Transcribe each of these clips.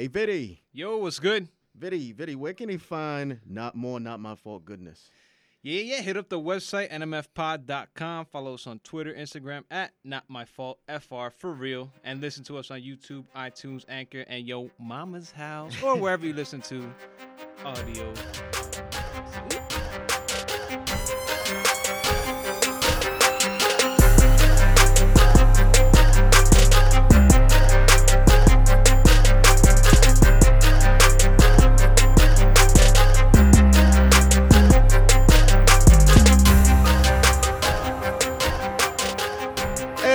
Hey, Viddy, Yo, what's good? Viddy, Viddy, where can he find not more, not my fault goodness? Yeah, yeah. Hit up the website, nmfpod.com. Follow us on Twitter, Instagram at NotMyFaultFR for real. And listen to us on YouTube, iTunes, Anchor, and Yo Mama's House, or wherever you listen to audio.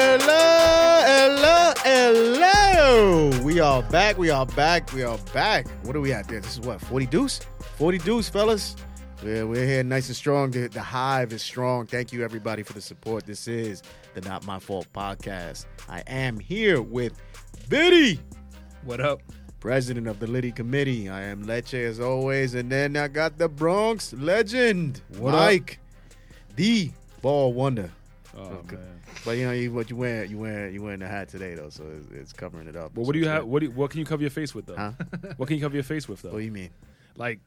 Hello, hello, hello. We are back. We are back. We are back. What are we at there? This is what forty deuce, forty deuce, fellas. We're, we're here, nice and strong. The, the hive is strong. Thank you, everybody, for the support. This is the Not My Fault podcast. I am here with Viddy, What up? president of the Liddy Committee. I am Leche as always, and then I got the Bronx legend, What up? Mike, the ball wonder. Oh Okay. man. But you know you, what you wearing? You wearing you wearing the hat today though, so it's, it's covering it up. Well, what do you have? What do you, what can you cover your face with though? Huh? What can you cover your face with What though? do you mean? Like,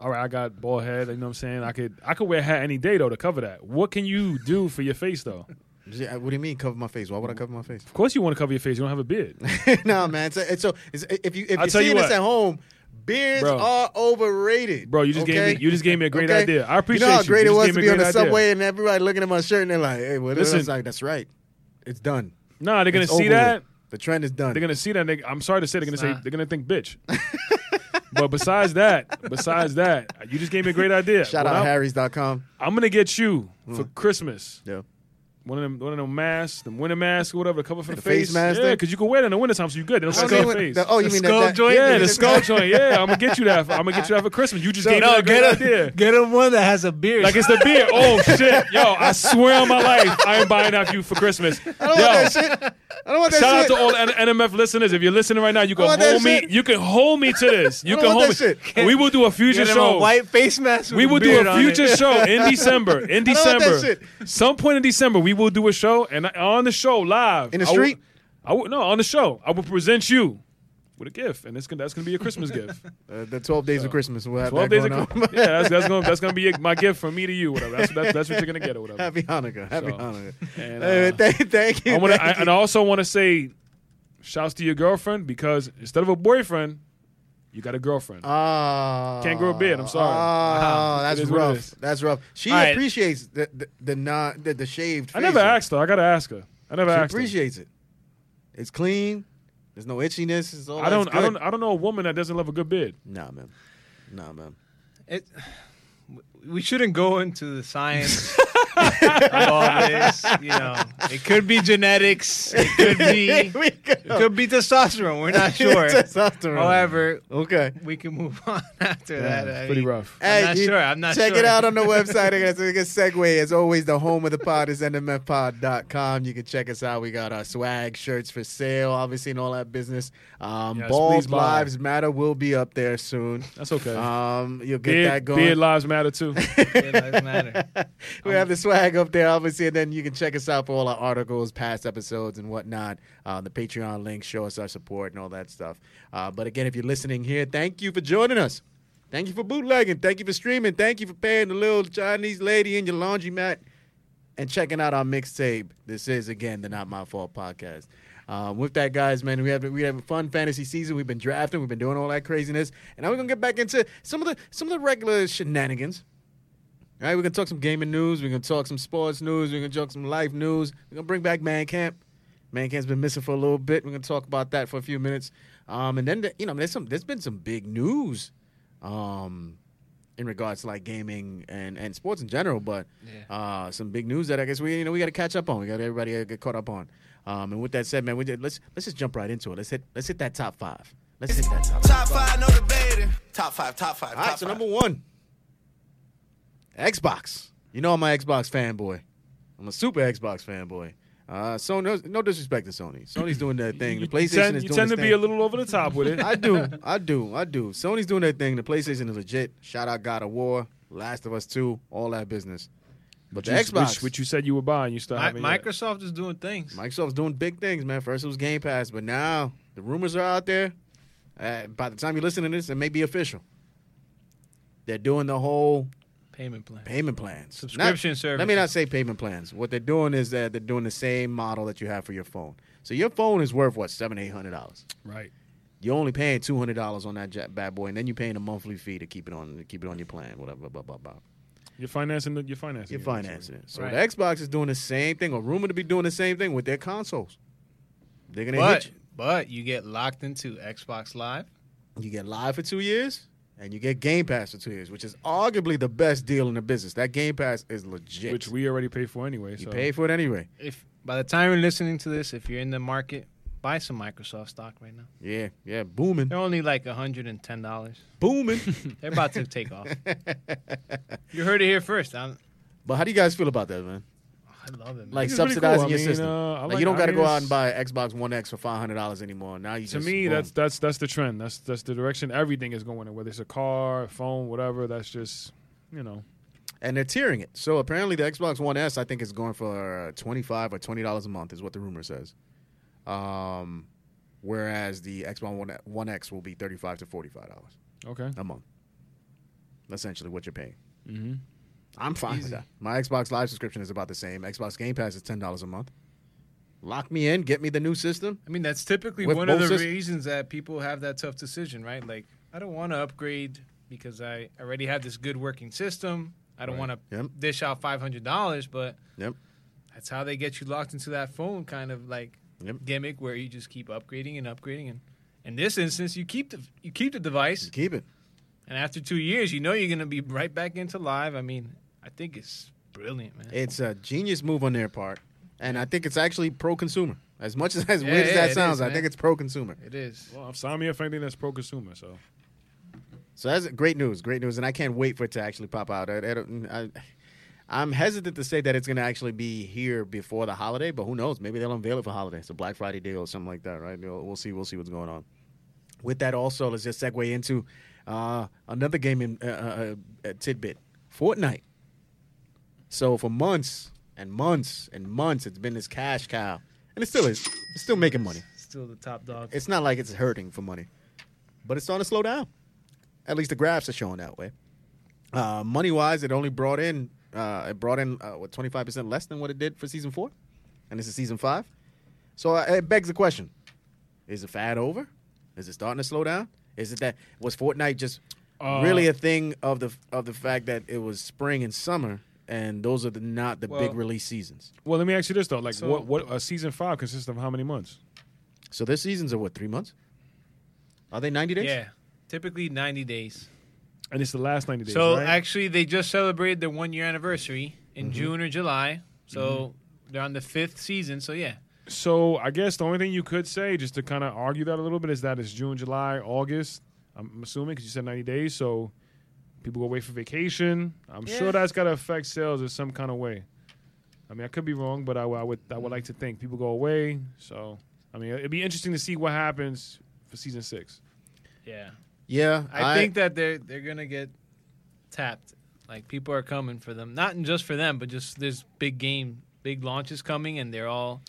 all right, I got bald head. You know what I'm saying? I could I could wear a hat any day though to cover that. What can you do for your face though? Yeah, What do you mean cover my face? Why would I cover my face? Of course, you want to cover your face. You don't have a beard. no, man. So, so it's, if you if I'll you're tell you seeing this what. at home, beards Bro. are overrated. Bro, you just gave me- you just gave me a great idea. I appreciate you. know how you. great it You just was gave to me a be on the great idea. subway and everybody looking at my shirt and they're like, "Hey, what?" Listen, Listen. like, that's right. It's done. Nah, they're gonna It's see over that. with. The trend is done. They're gonna see that. and they- I'm sorry to say, they're gonna It's say not. they're gonna think bitch. but besides that, besides that, you just gave me a great idea. Shout When out Hmm. I'm, Harry's.com. I'm gonna get you for Christmas Yeah. one of them one of them masks, them winter masks or whatever, to cover for the, The face face. mask yeah, thing? because you can wear that in the wintertime, so you good. They don't I see mean, your what- face. the- oh, you The mean skull that, that, joint? Yeah, the skull joint. Yeah, I'm gonna get you that. I'm gonna get you that for Christmas. You just gave me No, a great get idea. him, get him one that has a beard. Like it's the beer. Oh shit, yo! I swear on my life, I ain't buying that for you for Christmas. Yo, I don't want that shit. I don't want that shout out shit. to all N- NMF listeners. If you're listening right now, you I can want that hold me. shit. You can hold me to this. You I don't can want hold me. that shit. We will do a future get him show. a white face mask. With We a will do beard a on future it. show in December. In I don't want that December, some point in December, we will do a show, and I- on the show live In the I will- street? I will, no, on the show, I will present you with a gift, and it's gonna, that's gonna be your Christmas gift. Uh, the 12 days of Christmas. We'll have Twelve that days of going on. Chri- yeah, that's, that's gonna that's gonna be my gift from me to you. Whatever. That's, that's, that's what you're gonna get or whatever. Happy Hanukkah. Happy So, Hanukkah. and, Hey, uh, thank, thank you. I wanna, I, thank and I also want to say, shouts to your girlfriend because instead of a boyfriend, you got a girlfriend. you. Ah. Can't grow a beard, I'm sorry. Oh, Ah, that's it is what it rough. is. That's rough. She All right. appreciates the the, the non the, the shaved. I never facial. asked her. I gotta ask her. I never She asked. her. appreciates it. It's clean. There's no itchiness. It's all. I that's don't. I good. don't. I don't know a woman that doesn't love a good beard. Nah, man. Nah, man. It, we shouldn't go into the science of all this. You know, it could be genetics. It could be it we go. could be testosterone. We're not sure. Testosterone. However, Okay. we can move on after that. it's I pretty mean, rough. I'm not you- sure. I'm not check it sure. out on the website. It's a good segue. As always, the home of the pod is nmfpod.com. You can check us out. We got our swag shirts for sale, obviously, and all that business. Um, Yes, Bald please buy. Lives Matter will be up there soon. That's okay. Um, you'll get beard, that going. beard lives matter too. It doesn't matter. we have the swag up there, obviously, and then you can check us out for all our articles, past episodes, and whatnot. Uh, the Patreon link, show us our support and all that stuff. Uh, but again, if you're listening here, thank you for joining us. Thank you for bootlegging. Thank you for streaming. Thank you for paying the little Chinese lady in your laundromat and checking out our mixtape. This is again the Not My Fault podcast. Um, with that, guys, man, we have we have a fun fantasy season. We've been drafting, we've been doing all that craziness, and now we're gonna get back into some of the some of the regular shenanigans. All right, we're gonna talk some gaming news. We're gonna talk some sports news. We're gonna talk some life news. We're gonna bring back Man Camp. Man Camp's been missing for a little bit. We're gonna talk about that for a few minutes. Um, and then the- you know, there's some there's been some big news, um, in regards to like gaming and and sports in general. But Yeah. uh, some big news that I guess we you know we gotta catch up on. We got everybody to get caught up on. Um, and with that said, man, we did, let's let's just jump right into it. Let's hit let's hit that top five. Let's hit that top. Top five, no debating. Top five, top five, All top right, five. so number one, Xbox. You know I'm an Xbox fanboy. I'm a super Xbox fanboy. Uh, so no, no disrespect to Sony. Sony's doing their thing. The PlayStation tend, is you doing tend to its be thing. a little over the top with it. I do, I do, I do. Sony's doing their thing. The PlayStation is legit. Shout out God of War, Last of Us Two, all that business. But the Which- Xbox, which, which you said you were buying, you still Mi- haven't. yet. Microsoft is doing things. Microsoft's doing big things, man. First it was Game Pass, but now the rumors are out there. Uh, by the time you're listening to this, it may be official. They're doing the whole Payment plan. payment plans, Subscription not, services. Let me not say payment plans. What they're doing is that they're doing the same model that you have for your phone. So your phone is worth what seven, eight hundred dollars. Right. You're only paying two hundred dollars on that ja- bad boy, and then you're paying a monthly fee to keep it on, to keep it on your plan, whatever. Blah blah blah. You're financing. The, you're financing. You're it, financing it. So Right. the Xbox is doing the same thing, or rumored to be doing the same thing with their consoles. They're gonna hit But you. but you get locked into Xbox Live. You get live for two years, and you get Game Pass for two years, which is arguably the best deal in the business. That Game Pass is legit. Which we already pay for anyway. you so. pay for it anyway. If by the time you're listening to this, if you're in the market, buy some Microsoft stock right now. Yeah, yeah, booming, They're only like hundred and ten dollars. booming. They're about to take off. You heard it here first. I'm, but how do you guys feel about that, man? I love it. Man. Like It's pretty subsidizing cool. I your mean, system. uh, I like, like- you don't I got to mean, go it's- out and buy an Xbox One X for five hundred dollars anymore. Now you To just me, boom. that's that's that's the trend. That's that's the direction everything is going in. Whether it's a car, a phone, whatever. That's just you know. and they're tiering it. So apparently, the Xbox One S, I think, is going for twenty five or twenty dollars a month, is what the rumor says. Um, whereas the Xbox One One X will be thirty five to forty five dollars Okay. a month. Essentially, what you're paying. Mm-hmm. I'm fine with Easy. that. My Xbox Live subscription is about the same. Xbox Game Pass is ten dollars a month. Lock me in, get me the new system. I mean, that's typically With one of the both sys- reasons that people have that tough decision, right? Like, I don't want to upgrade because I already have this good working system. I don't want to Yep. dish out five hundred dollars, but Yep. that's how they get you locked into that phone kind of like Yep. gimmick where you just keep upgrading and upgrading. And in this instance, you keep the you keep the device, Keep it. and after two years, you know you're gonna be right back into live. I mean, I think it's brilliant, man. It's a genius move on their part, and I think it's actually pro consumer. As much as as weird yeah, as it that is, sounds, I man. think it's pro consumer. it is. Well, sign me up for anything that's pro-consumer. So So that's great news, great news, and I can't wait for it to actually pop out. I, I, I, am hesitant to say that it's going to actually be here before the holiday, but who knows? Maybe they'll unveil it for holiday. It's a Black Friday deal or something like that, right? We'll, we'll see. We'll see what's going on. With that, also, let's just segue into uh, another gaming uh, uh, uh, tidbit: Fortnite. So for months and months and months, it's been this cash cow, and it still is. It's still making money. Still the top dog. It's not like it's hurting for money, but it's starting to slow down. At least the graphs are showing that way. Uh, money wise, it only brought in uh, it brought in uh, what twenty five percent less than what it did for season four, and this is season five. So uh, it begs the question: Is the fad over? Is it starting to slow down? Is it that was Fortnite just Uh, really a thing of the of the fact that it was spring and summer, and those are the, not the Well- big release seasons? well, let me ask you this though: like, So- what what uh, season five consists of how many months? So their seasons are what three months? Are they ninety days? Yeah, typically ninety days. And it's the last ninety days. So right? actually, they just celebrated their one year anniversary in June or July. So they're on the fifth season. So yeah, So I guess the only thing you could say, just to kind of argue that a little bit, is that it's June, July, August. I'm assuming because you said 90 days, so people go away for vacation. I'm Yeah. sure that's got to affect sales in some kind of way. I mean, I could be wrong, but I, would- I would I would like to think people go away. So I mean, it'd be interesting to see what happens for season six. yeah. yeah. I, think that they're they're gonna get tapped. Like people are coming for them, not just for them, but just there's big game, big launches coming, and they're all.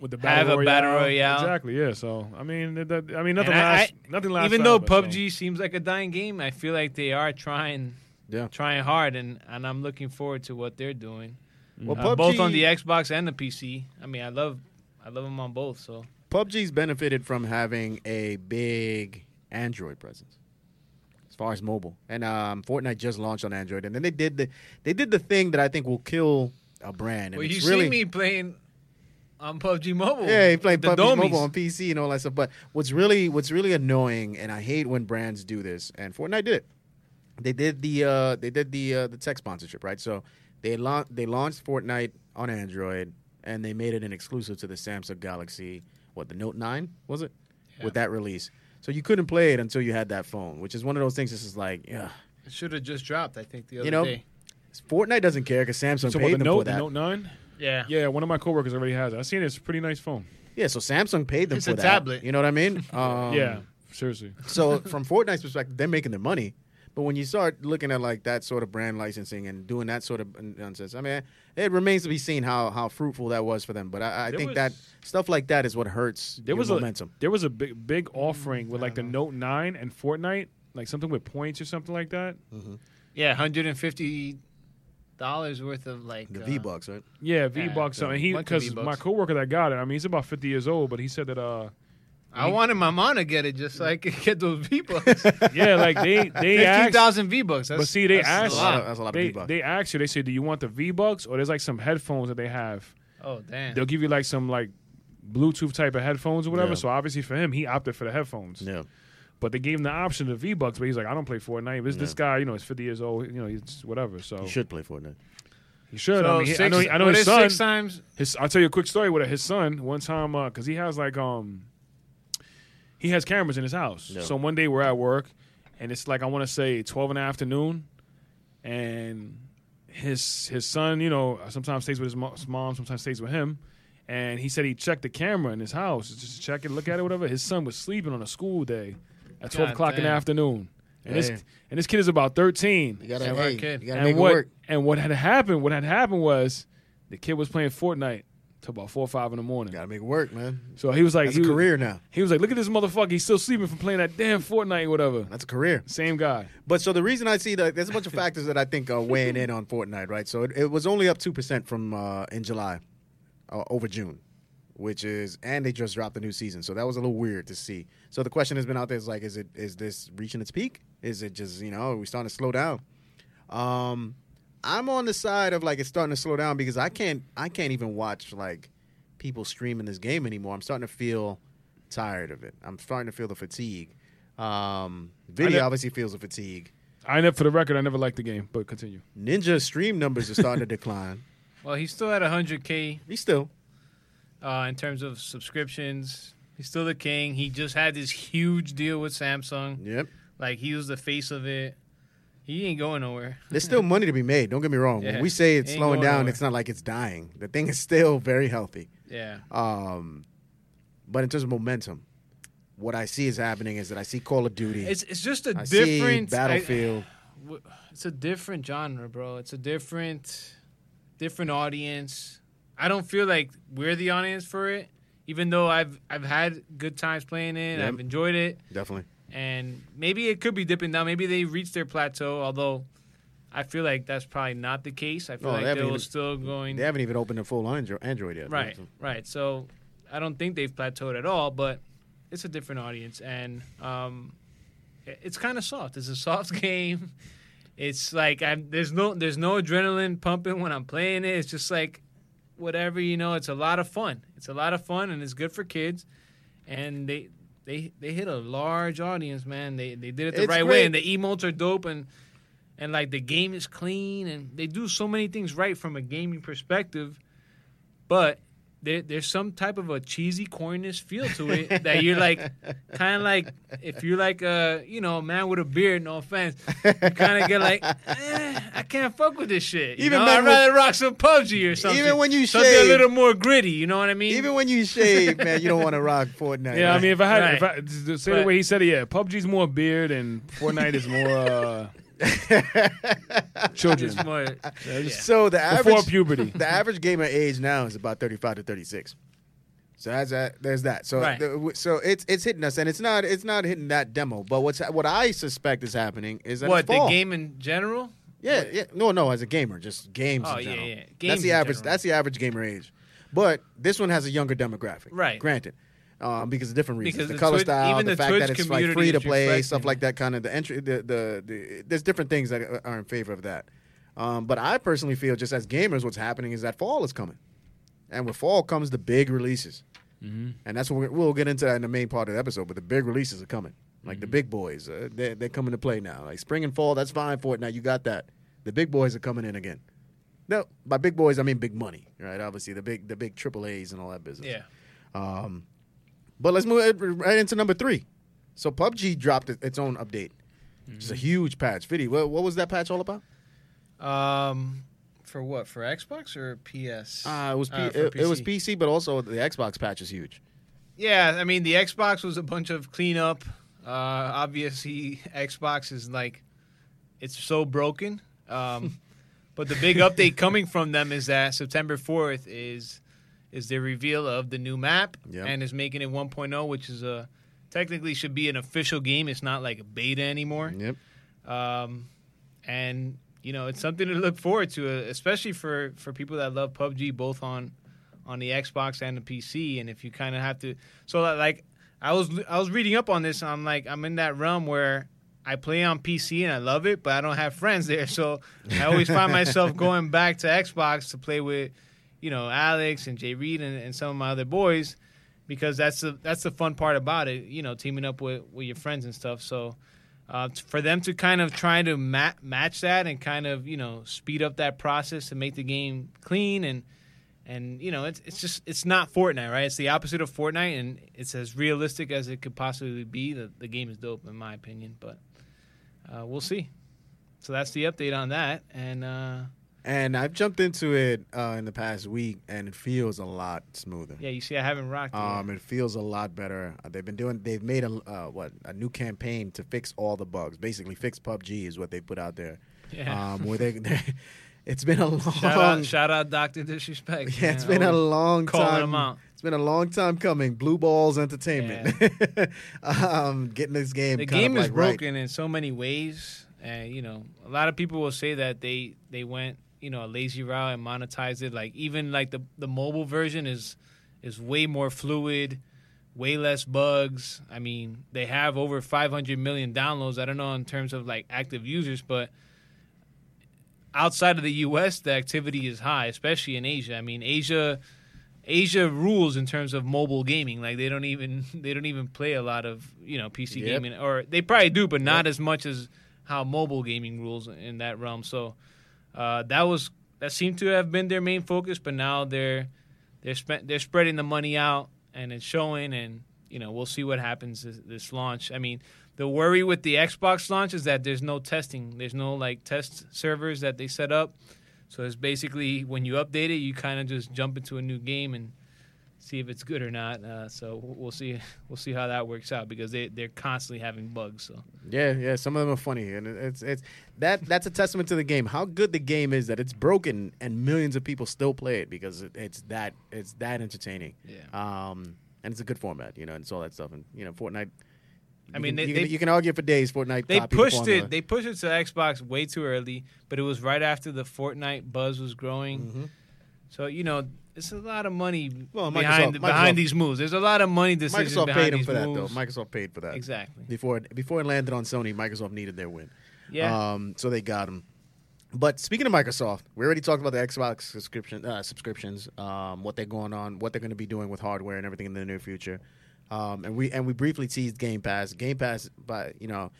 With the Have a battle royale. exactly. Yeah. So I mean, that, that- I mean, nothing And I- lasts. nothing lasts. even though forever, so. PUBG seems like a dying game, I feel like they are trying, Yeah. trying hard, and and I'm looking forward to what they're doing, Well, Uh, both on the Xbox and the PC. I mean, I love, I love them on both. So PUBG's benefited from having a big Android presence as far as mobile. And um, Fortnite just launched on Android, and then they did the they did the thing that I think will kill a brand. And Well, you it's see really, me playing on PUBG Mobile. Yeah, he played The PUBG dummies. Mobile on PC and all that stuff. But what's really what's really annoying, and I hate when brands do this, and Fortnite did it. They did the uh, they did the uh, the tech sponsorship, right? So they laun they launched Fortnite on Android, and they made it an exclusive to the Samsung Galaxy. What the Note Nine was it? With that release, so you couldn't play it until you had that phone, which is one of those things. This is like, yeah, It should have just dropped, I think, the other you know, day. Fortnite doesn't care because Samsung So what, paid the them for Note, the that. Note Nine. Yeah. Yeah, one of my coworkers already has it. I seen it. It's a pretty nice phone. yeah, so Samsung paid them It's for a that. tablet. You know what I mean? Um, yeah, seriously. So from Fortnite's perspective, they're making their money, But when you start looking at like that sort of brand licensing and doing that sort of nonsense, I mean, it remains to be seen how how fruitful that was for them. But I, I There think was- that stuff like that is what hurts There your was momentum. a there was a big big offering with like the Note Nine and Fortnite, like something with points or something like that. Yeah, hundred and fifty dollars worth of like the uh, V bucks, right? Yeah, V Bucks. so something. He bunch of because V-Bucks. my coworker that got it. I mean, he's about fifty years old, but he said that uh, I wanted my mom to get it just so I could get those V bucks. yeah, like they they Fifteen asked, thousand V bucks. but see, they That's asked, a lot of, that's a lot of they V bucks. they asked you. They said, do you want the V Bucks or there's like some headphones that they have. Oh damn. They'll give you like some like Bluetooth type of headphones or whatever. Yeah. So obviously for him, he opted for the headphones. Yeah. But they gave him the option of V Bucks, but he's like, I don't play Fortnite. This this Yeah. guy, you know, is fifty years old. You know, he's whatever. So You should play Fortnite. He should. I, So mean, he- I six- know. I know what his is son. six times. His, I'll tell you a quick story with it. His son one time because he has like um he has cameras in his house. Yeah. So one day we're at work, and it's like I want to say twelve in the afternoon, and his his son, you know, sometimes stays with his mo- his mom, sometimes stays with him. And he said he checked the camera in his house just to check it, look at it, whatever. His son was sleeping on a school day at twelve God o'clock in the damn. afternoon, Damn. and this and this kid is about thirteen You gotta, Smart hey, kid. you gotta and make what it work. and what had happened? What had happened was the kid was playing Fortnite till about four or five in the morning. You gotta make it work, man. So he was like, That's a he was, career now. He was like, look at this motherfucker. He's still sleeping from playing that damn Fortnite or whatever. That's a career. Same guy. But so the reason I see that there's a bunch of factors that I think are weighing in on Fortnite, right? So it, it was only up two percent from uh, in July uh, over June, which is and they just dropped the new season, so that was a little weird to see. So the question has been out there is like, is it is this reaching its peak? Is it just you know are we starting to slow down? Um, I'm on the side of like it's starting to slow down because I can't I can't even watch like people streaming this game anymore. I'm starting to feel tired of it. I'm starting to feel the fatigue. Um, I video know- obviously feels the fatigue. I never, for the record, I never liked the game. But continue. Ninja stream numbers are starting to decline. Well, he's still at hundred k He's still uh, in terms of subscriptions. He's still the king. He just had this huge deal with Samsung. yep. Like he was the face of it. He ain't going nowhere. There's still money to be made. Don't get me wrong. Yeah. When we say it's Ain't slowing going down, nowhere. it's not like it's dying. The thing is still very healthy. Yeah. Um, but in terms of momentum, what I see is happening is that I see Call of Duty. It's it's just a I see different I- Battlefield. w- it's a different genre, bro. It's a different different audience. I don't feel like we're the audience for it, even though I've I've had good times playing it. Yep. I've enjoyed it, Definitely. and maybe it could be dipping down. Maybe they reached their plateau, although. I feel like that's probably not the case. I feel No, they like haven't they were even- still going They haven't even opened a full Andro- Android yet. Right, right. So I don't think they've plateaued at all, but it's a different audience, and um, i- it's kind of soft. It's a soft game. It's like I'm, there's no there's no adrenaline pumping when I'm playing it. It's just like whatever you know. It's a lot of fun. It's a lot of fun, and it's good for kids. And they they they hit a large audience, man. They they did it the It's right great. way, and the emotes are dope, and and like the game is clean, and they do so many things right from a gaming perspective but there, there's some type of a cheesy corniness feel to it that you're like kind of like if you're like a you know a man with a beard no offense you kind of get like eh, i can't fuck with this shit you Even know? men i'd with- rather rock some pubg or something Even when you something shave- a little more gritty you know what i mean Even when you shave, man, you don't want to rock Fortnite. Yeah, I right? mean, if I had, Right. if I just- just say the But- way he said it, yeah, PUBG's more beard and Fortnite is more uh, children it's more so the before average puberty. the average gamer age now is about 35 to 36 so that's that there's that so Right. the- w- so it's it's hitting us and it's not it's not hitting that demo but what's what i suspect is happening is that what it's the fall. game in general yeah yeah no no as a gamer just games Oh, in yeah, general. yeah. that's Games the in average general. that's the average gamer age but this one has a younger demographic Right. granted um, because of different reasons, Because the, the color Twitch- style, even the, the fact Twitch that it's like community free to is play, reflecting stuff it. like that. Kind of the entry, the, the the there's different things that are in favor of that. Um, but I personally feel, just as gamers, what's happening is that fall is coming. And with fall comes the big releases. Mm-hmm. And that's what we're, we'll get into that in the main part of the episode. But the big releases are coming. Like Mm-hmm. the big boys, uh, they're, they're coming to play now. Like spring and fall, that's fine for it. Now you got that. The big boys are coming in again. No, by big boys I mean big money, right? Obviously the big the big triple A's and all that business. yeah Um, but let's move it right into number three. So PUBG dropped it- its own update. Mm-hmm. Just a huge patch. Fiddy, what, what was that patch all about? um for what for xbox or ps Uh, it was P- Uh, for it, it was PC. PC, but also the Xbox patch is huge. Yeah, I mean the Xbox was a bunch of cleanup. Uh, obviously, Xbox is like It's so broken. Um, but the big update coming from them is that September 4th is is their reveal of the new map Yep. and is making it 1.0, which is a technically should be an official game. It's not like a beta anymore. Yep. Um, and you know, it's something to look forward to, uh, especially for for people that love PUBG both on on the Xbox and the PC. And if you kind of have to, so li- like I was I was reading up on this, and I'm like I'm in that realm where. I play on PC and I love it, but I don't have friends there, so I always find myself going back to Xbox to play with, you know, Alex and Jay Reed and, and some of my other boys, because that's the that's the fun part about it, you know, teaming up with with your friends and stuff. So uh, t- for them to kind of try to ma- match that and kind of you know speed up that process to make the game clean and and you know it's it's just it's not Fortnite right it's the opposite of Fortnite and it's as realistic as it could possibly be the, the game is dope in my opinion but uh, we'll see so that's the update on that and uh, And I've jumped into it uh, in the past week, and it feels a lot smoother. yeah you see I haven't rocked it yet. Um, it feels a lot better. Uh, They've been doing. They've made a uh, what a new campaign to fix all the bugs. Basically, fix PUBG is what they put out there. Yeah. Um, where they, it's been a long. shout out shout out Doctor Disrespect yeah, it's man. been a Always long calling time. them out. It's been a long time coming. Blue Balls Entertainment. um, getting this game. the kind game of is like right. broken in so many ways and you know a lot of people will say that they they went you know a lazy route and monetized it like even like the the mobile version is is way more fluid way less bugs i mean they have over 500 million downloads i don't know in terms of like active users but outside of the us the activity is high especially in asia i mean asia Asia rules in terms of mobile gaming. Like they don't even they don't even play a lot of you know PC Yep. gaming, or they probably do, but not as much as how mobile gaming rules in that realm. So uh, that was that seemed to have been their main focus, but now they're they're spent they're spreading the money out and it's showing, and you know we'll see what happens this, this launch. I mean, the worry with the Xbox launch is that there's no testing, there's no like test servers that they set up. So it's basically when you update it, you kind of just jump into a new game and see if it's good or not. Uh, so w- we'll see we'll see how that works out because they they're constantly having bugs. So Yeah, yeah. Some of them are funny, and it- it's it's that that's a testament to the game. How good the game is that it's broken and millions of people still play it because it, it's that it's that entertaining. Yeah. Um, and it's a good format, you know, and it's all that stuff. And you know, Fortnite. I you mean, can- they- you, they- can, you can argue for days. Fortnite. they copied the pushed formula. it they pushed it to Xbox way too early, but it was right after the Fortnite buzz was growing. So you know. It's a lot of money Mm-hmm. Well, behind Microsoft- behind Microsoft- these moves. There's a lot of money decisions Microsoft behind paid them these for that, moves. though. Microsoft paid for that Exactly. before it, before it landed on Sony. Microsoft needed their win. Yeah. Um, so they got him. But speaking of Microsoft, we already talked about the Xbox subscription uh, subscriptions, um, what they're going on, what they're going to be doing with hardware and everything in the near future, um, and we and we briefly teased Game Pass. Game Pass, but you know,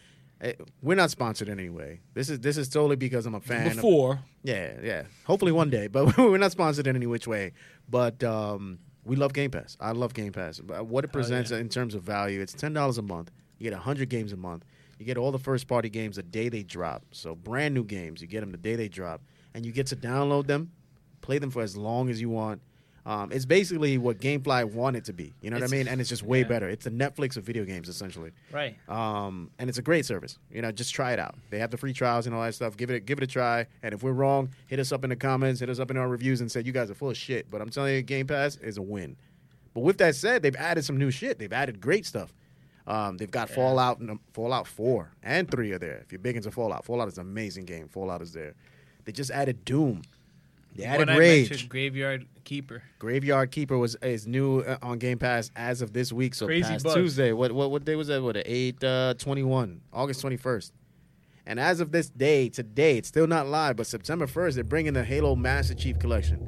eh, we're not sponsored in any way. This is this is totally because I'm a fan. of- Before yeah, yeah. Hopefully one day, but we're not sponsored in any which way. But um, we love Game Pass. I love Game Pass. But uh, What it presents in terms of value, it's ten dollars a month. You get hundred games a month. You get all the first party games the day they drop. So brand new games, you get them the day they drop, and you get to download them, play them for as long as you want. Um, it's basically what GameFly wanted to be. You know what I It's- mean? And it's just way yeah. better. It's the Netflix of video games, essentially. Right. Um, and it's a great service. You know, just try it out. They have the free trials and all that stuff. Give it, a, give it a try. And if we're wrong, hit us up in the comments, hit us up in our reviews, and say you guys are full of shit. But I'm telling you, Game Pass is a win. But with that said, they've added some new shit. They've added great stuff. Um, they've got Fallout, num- Fallout Four and Three are there. If you're big into Fallout, Fallout is an amazing game. Fallout is there. They just added Doom. They added What I Rage. mentioned, Graveyard Keeper. Graveyard Keeper was is new uh, on Game Pass as of this week, so Crazy past bugs. Tuesday. What what what day was that? What eight uh, twenty one, August twenty first. And as of this day, today, it's still not live, but September first, they're bringing the Halo Master Chief Collection.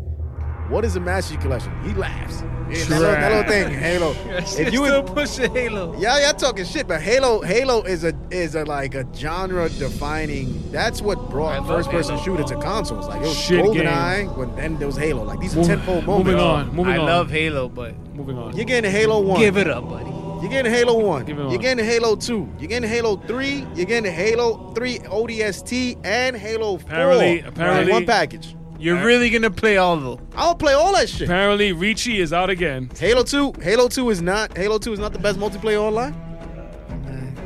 What is the Master Chief Collection? He laughs. Yeah, that, little, that little thing, Halo. If you still push the Halo. Yeah, y'all talking shit, but Halo, Halo is a is a like a genre defining. That's what I brought love first person Halo. shooter to consoles. Like it was Shit game. GoldenEye, when then there was Halo. Like these are Move- tenfold moments. moving on, moving I on. love Halo, but moving on. You're getting Halo One. give it up, buddy. You're getting Halo One. Give it You're on. getting Halo Two. You're getting Halo Three. You're getting Halo Three ODST and Halo Four. Apparently- in apparently- one package. You're really gonna play all of them. I'll play all that shit. Apparently, Ricci is out again. Halo Two. Halo Two is not. Halo Two is not the best multiplayer online.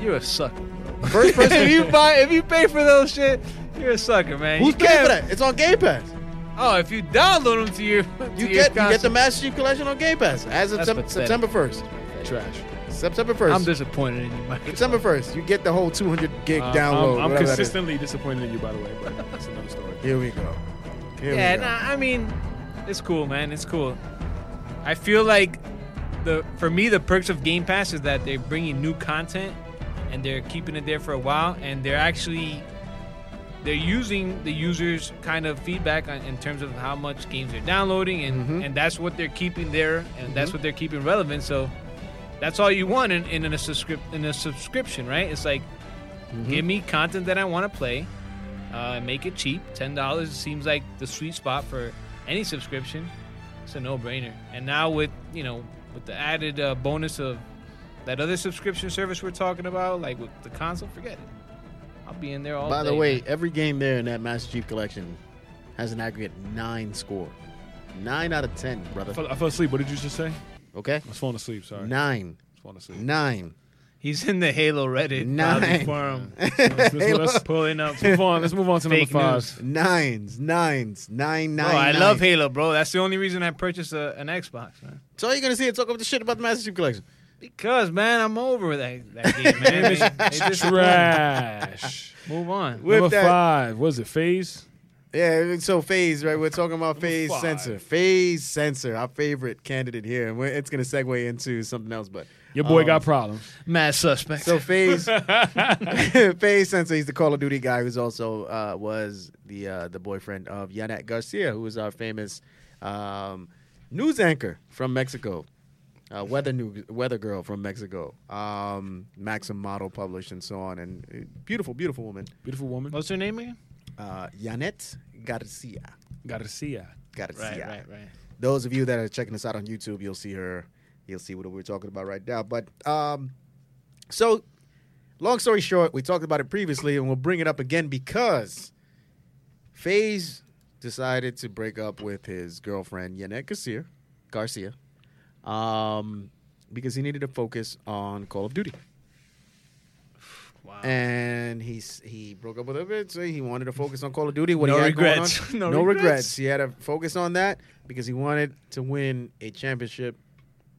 You're a sucker. First person if you you buy, if you pay for those shit, you're a sucker, man. Who's You paying for can't- that? It's on Game Pass. Oh, if you download them to your, to You your get you get the console. Master Chief Collection on Game Pass as of That's Sep- pathetic. September first. Trash. September first. I'm disappointed in you, Mike. September first. You get the whole 200 gig Uh, download. I'm, I'm whatever that is. consistently disappointed in you, by the way, but that's another story. Here we go. Here Yeah, we go. nah, I mean, It's cool, man. It's cool. I feel like the for me the perks of Game Pass is that they're bringing new content and they're keeping it there for a while and they're actually they're using the users kind of feedback on, in terms of how much games they're downloading and Mm-hmm. and that's what they're keeping there and that's what they're keeping relevant. So that's all you want in, in, a subscrip- in a subscription, right? It's like Mm-hmm. give me content that I want to play uh, make it cheap. Ten dollars seems like the sweet spot for any subscription. It's a no-brainer. And now with you know with the added uh, bonus of that other subscription service we're talking about, like with the console, forget it. I'll be in there all By day. the way, every game there in that Master Chief Collection has an aggregate nine score. Nine out of ten, brother. I fell, I fell asleep. What did you just say? I Okay, was falling asleep. Sorry. I nine, was falling asleep. nine. he's in the Halo Reddit Nine. Nine. forum, Let's, let's, let's, pulling up. move on. Let's move on to number Fake five. news. Nines, nines, nine, Bro, nine. I love nine. Halo, bro. That's the only reason I purchased a, an Xbox, man. So all you're gonna see is talk about the shit about the Master Chief Collection. Because man, I'm over that, that game, man. They- they just- Trash. move on. With number that- five. Was it phase? Yeah, so phase, right? We're talking about phase five. sensor. Phase sensor, our favorite candidate here, and we're, it's gonna segue into something else. But Your boy um, got problems. Mad suspect. So phase, phase Sensei, he's the Call of Duty guy who's also uh, was the uh, the boyfriend of Yanat Garcia, who was our famous um, news anchor from Mexico, uh, weather new, weather girl from Mexico, um, Maxim model published and so on, and uh, beautiful, beautiful woman, Beautiful woman. What's her name again? uh, Yanet Garcia. Garcia. Garcia. Right, right, right. Those of you that are checking us out on YouTube, you'll see her. You'll see what we're talking about right now. But um, so, long story short, we talked about it previously, and we'll bring it up again because FaZe decided to break up with his girlfriend Yanette Garcia, Garcia, um, because he needed to focus on Call of Duty Wow. and he s- he broke up with her. So he wanted to focus on Call of Duty. What No he had regrets. Going on, No no, regrets. regrets. He had to focus on that because he wanted to win a championship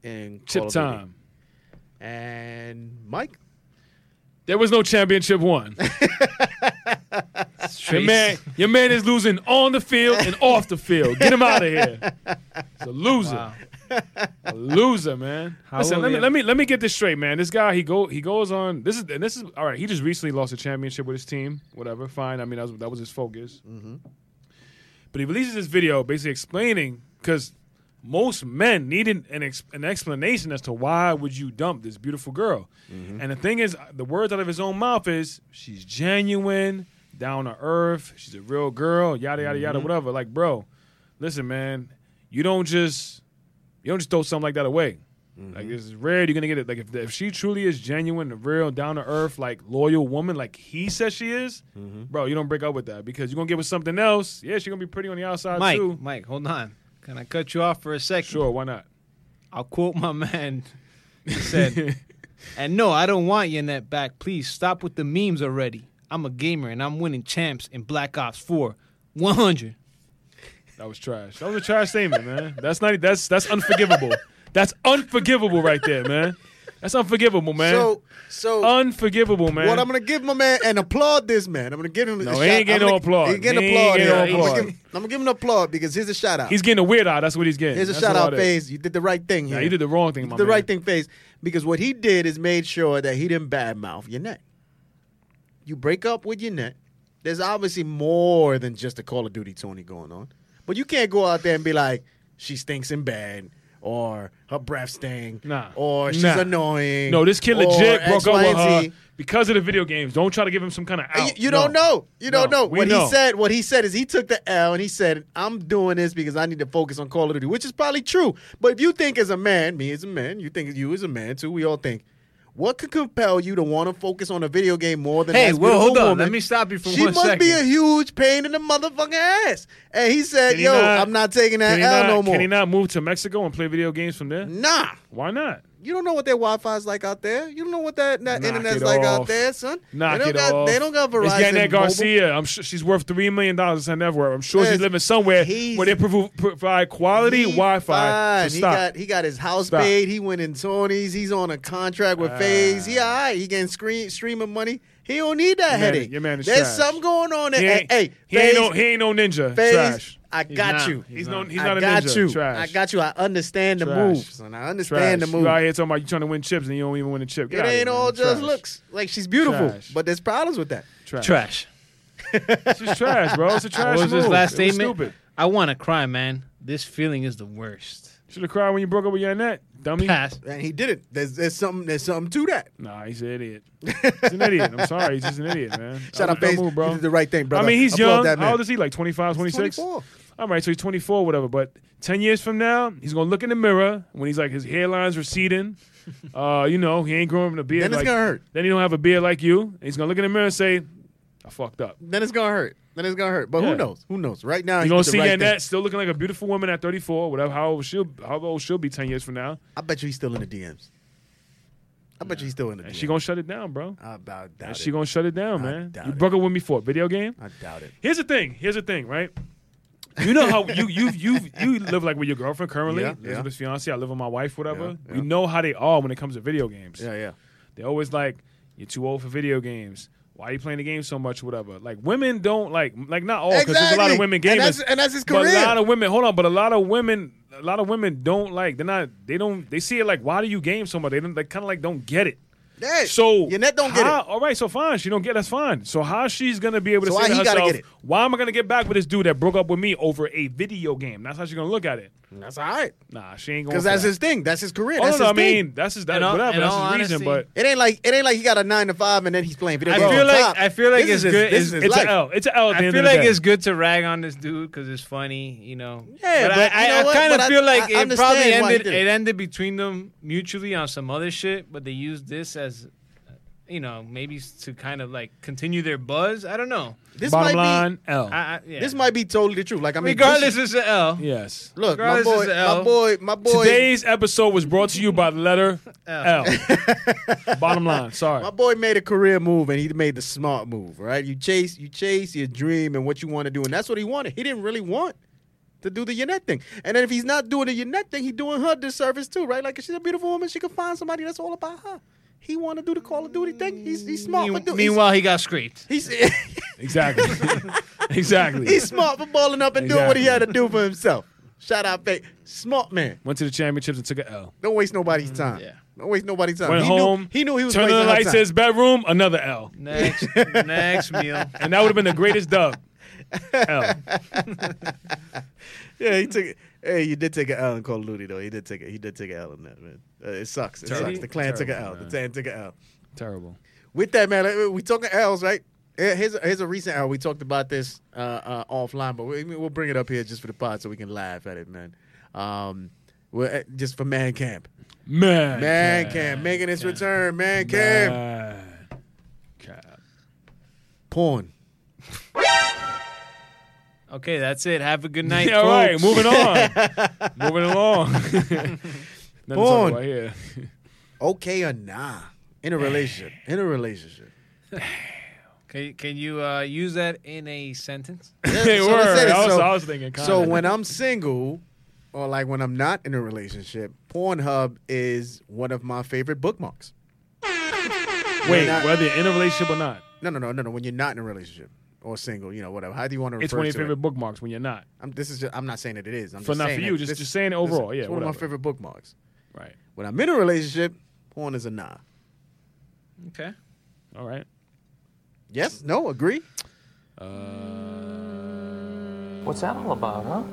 in Call Chip of Duty. time. And Mike, There was no championship won. your, man, your man is losing on the field and off the field. Get him out of here. He's a loser. Wow. A loser, man. How Listen, will let me, they- let me let me get this straight, man. This guy, he go he goes on. This is and this is all right. He just recently lost a championship with his team. Whatever, fine. I mean, that was, that was his focus. But he releases this video basically explaining because most men needed an ex- an explanation as to why would you dump this beautiful girl. And the thing is, the words out of his own mouth is she's genuine, down to earth. She's a real girl. Yada yada yada. Whatever. Like, bro, listen, man. You don't just you don't just throw something like that away. Mm-hmm. Like this is rare. You're gonna get it. Like if, if she truly is genuine, and real, down to earth, like loyal woman, like he says she is, Mm-hmm. bro, you don't break up with that because you're gonna get with something else. Yeah, she's gonna be pretty on the outside Mike, too. Mike, hold on. Can I cut you off for a second? Sure, why not? I'll quote my man. He said, "And no, I don't want your net back. Please stop with the memes already. I'm a gamer and I'm winning champs in Black Ops 4, 100." That was trash. That was a trash statement, man. That's not. That's that's unforgivable. that's unforgivable right there, man. That's unforgivable, man. so so. unforgivable, man. what I'm gonna give my man and applaud this man. I'm gonna give him. a No, shout- he ain't getting I'm no gonna- applaud. He getting He ain't applaud. getting no I'm, gonna applaud. give, I'm gonna give him an applaud because here's a shout out. He's getting a weird eye. That's what he's getting. here's a That's shout out, all that- phase. You did the right thing. Nah, here. you did the wrong thing, You my did the man. right thing face because what he did is made sure that he didn't badmouth your net. You break up with your net. There's obviously more than just a Call of Duty Tony going on, but you can't go out there and be like, she stinks in bed. Or her breath stink, Nah. or she's Nah. annoying. No, this kid or legit X, broke up Y, and with her Z. because of the video games. Don't try to give him some kind of And out. You, you don't No. know. You don't No, know. we What know. he said, what he said is he took the L and he said, I'm doing this because I need to focus on Call of Duty, which is probably true. But if you think as a man, me as a man, you think you as a man too, we all think, what could compel you to want to focus on a video game more than Hey, this well, hold beautiful on. woman? Let me stop you for She one must be a second. huge pain in the motherfucking ass. And he said, Can he Yo, not- I'm not taking that can he L not- no more. Can he not move to Mexico and play video games from there? Nah. Why not? You don't know what their Wi-Fi's like out there. You don't know what that, that Knock internet's it like out off. there, son. Knock they don't it got, off. They don't got Verizon. It's Janet Mobile. Garcia. I'm sure she's worth three million dollars in that network. I'm sure Yes. she's living somewhere He's- where they provo- provide quality He Wi-Fi. fine. So he stop. got he got his house Stop. paid. He went in Sony's. He's on a contract with Phase. He all right. He getting screen streaming money. He don't need that Ah. Your man- headache. your man is There's trash. something going on there. he Hey, ain't, hey, he ain't Phase, no he ain't no ninja. Phase, Trash. I got not. you. He's no not. he's I not a got ninja. you. Trash. I got you. I understand the Trash. moves, and I understand Trash. the moves. You out here talking about you trying to win chips and you don't even win a chip. It Get outta ain't here, all man. just Trash. looks. Like she's beautiful, Trash. but there's problems with that. Trash. Trash. It's just trash, bro. It's a trash. What was his move. last It was statement? Stupid. I want to cry, man. This feeling is the worst. Should have cried when you broke up with Yanette, dummy. Pass. And he did it. There's there's something there's something to that. Nah, he's an idiot. He's an idiot. I'm sorry. He's just an idiot, man. Shout I, out, Faze. move, You bro. did the right thing, brother. I mean, he's Applaud young. That man. How old is he? Like 25, 26? 24. All right, so he's 24, whatever. But 10 years from now, he's going to look in the mirror when he's like, his hairline's receding. uh, you know, he ain't growing a beard. Then it's like- gonna hurt. Then he don't have a beard like you. And he's going to look in the mirror and say, I fucked up. Then it's gonna hurt. Then it's gonna hurt. But Yeah. who knows? Who knows? Right now, You're he going did to the see right Yanette thing. still looking like a beautiful woman at 34, whatever, how old she'll, how old she'll be 10 years from now. I bet you he's still in the DMs. I bet you he's still in the And DMs. she going to shut it down, bro. I about doubt And it. she going to shut it down, I man. doubt You it. broke up with me for a video game? I doubt it. Here's the thing. Here's the thing, right? You know how you you you you live like with your girlfriend currently, Yeah, yeah. Elizabeth's fiance. I live with my wife, whatever. Yeah, yeah. You know how they are when it comes to video games. Yeah, yeah. They're always like, "You're too old for video games. Why are you playing the game so much? Whatever." Like women don't like like not all because there's a lot of Exactly. women gamers, And that's- and that's his But career. a lot of women, hold on, but a lot of women, a lot of women don't like. They're not. They don't. They see it like, "Why do you game so much?" They don't. They kind of like don't get it. Hey, So Yanette don't get how- it. All right, so fine, she don't get. it, That's fine. So how she's gonna be able to So why say to he gotta herself, get it? "Why am I gonna get back with this dude that broke up with me over a video game?" That's how she's gonna look at it. That's all right. Nah, she ain't gonna. Because that's his thing. That's his career. Oh, That's no, his I mean, thing. that's his. That, In all- whatever. in That's his all reason. honesty, But It ain't like it ain't like he got a nine to five and then he's playing video I games feel on like- top. I feel like This it's is his- good- This it's- is his it's life. an L. It's an L. At the I end feel of the like day. it's good to rag on this dude because it's funny, you know. Yeah, but I, you know I, what? kind of But I- feel like I it probably understand why he ended. did It. it. ended between them mutually on some other shit, but they used this as, uh, you know, maybe s- to kind of like continue their buzz. I don't know. This might bottom be- line L. I, I, yeah. This might be totally the truth. Like I mean, regardless, this- it's an L. yes. look, my regardless, boy, it's a my L. boy, my boy, Today's episode was brought to you by the letter L. L. Bottom line. Sorry. my boy made a career move, and he made the smart move. Right? You chase, you chase your dream and what you want to do, and that's what he wanted. He didn't really want to do the Yannette thing. And then if he's not doing the Yannette thing, he's doing her disservice too, right? Like if she's a beautiful woman, she could find somebody that's all about her. He want to do the Call of Duty thing. He's he's smart. for Mean- do- meanwhile, he got scraped. he's, he's Exactly. exactly. he's smart for balling up and doing what he had to do for himself. Shout out, Faith. Smart man. Went to the championships and took a L. Don't waste nobody's time. yeah. Don't waste nobody's time. Mm, Went he home. Knew, he knew he was turned wasting on the her lights time. to his bedroom. Another L. Next, next meal. And that would have been the greatest dub. L. Yeah, he took it. Hey, you did take an L in Call of Duty though. He did take it. He did take an L in that man. Uh, it sucks. It Terrible. sucks. The clan took an Terrible, L. The man. clan took an L. Terrible. With that man, like, we talking L's right? Eh, Here's a, here's a recent L. We talked about this uh, uh, offline, but we, we'll bring it up here just for the pod so we can laugh at it, man. Um, well, eh, just for man camp, Man. man camp making its return, man camp Man. Cap. porn. Okay, that's it. Have a good night. Yeah, all folks. right. Moving on. moving along. Nothing to talk Born. about here. Okay or nah? In a relationship, in a relationship. Can, can you uh, use that in a sentence? Yeah, Hey, so let's say word. this. I was, So- I was thinking. Kinda. So when I'm single, or like when I'm not in a relationship, Pornhub is one of my favorite bookmarks. wait, not- whether you're in a relationship or not, No, no, no, no, no. When you're not in a relationship or single, you know, whatever. How do you want to refer it's one of your to favorite it? bookmarks. When you're not, I'm, this is. Just, I'm not saying that it is. I'm For just not saying for you, that just- this- just saying overall, yeah, it's one of my whatever. favorite bookmarks. right? When I'm in a relationship, porn is a nah. Okay. All right. Yes, no, agree. What's that all about, huh?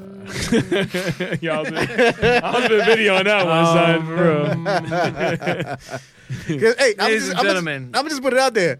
yeah, I was, I was in a video on that one, son. For real. 'Cause, hey, I'm Ladies just, and I'm gentlemen. just, I'm just put it out there.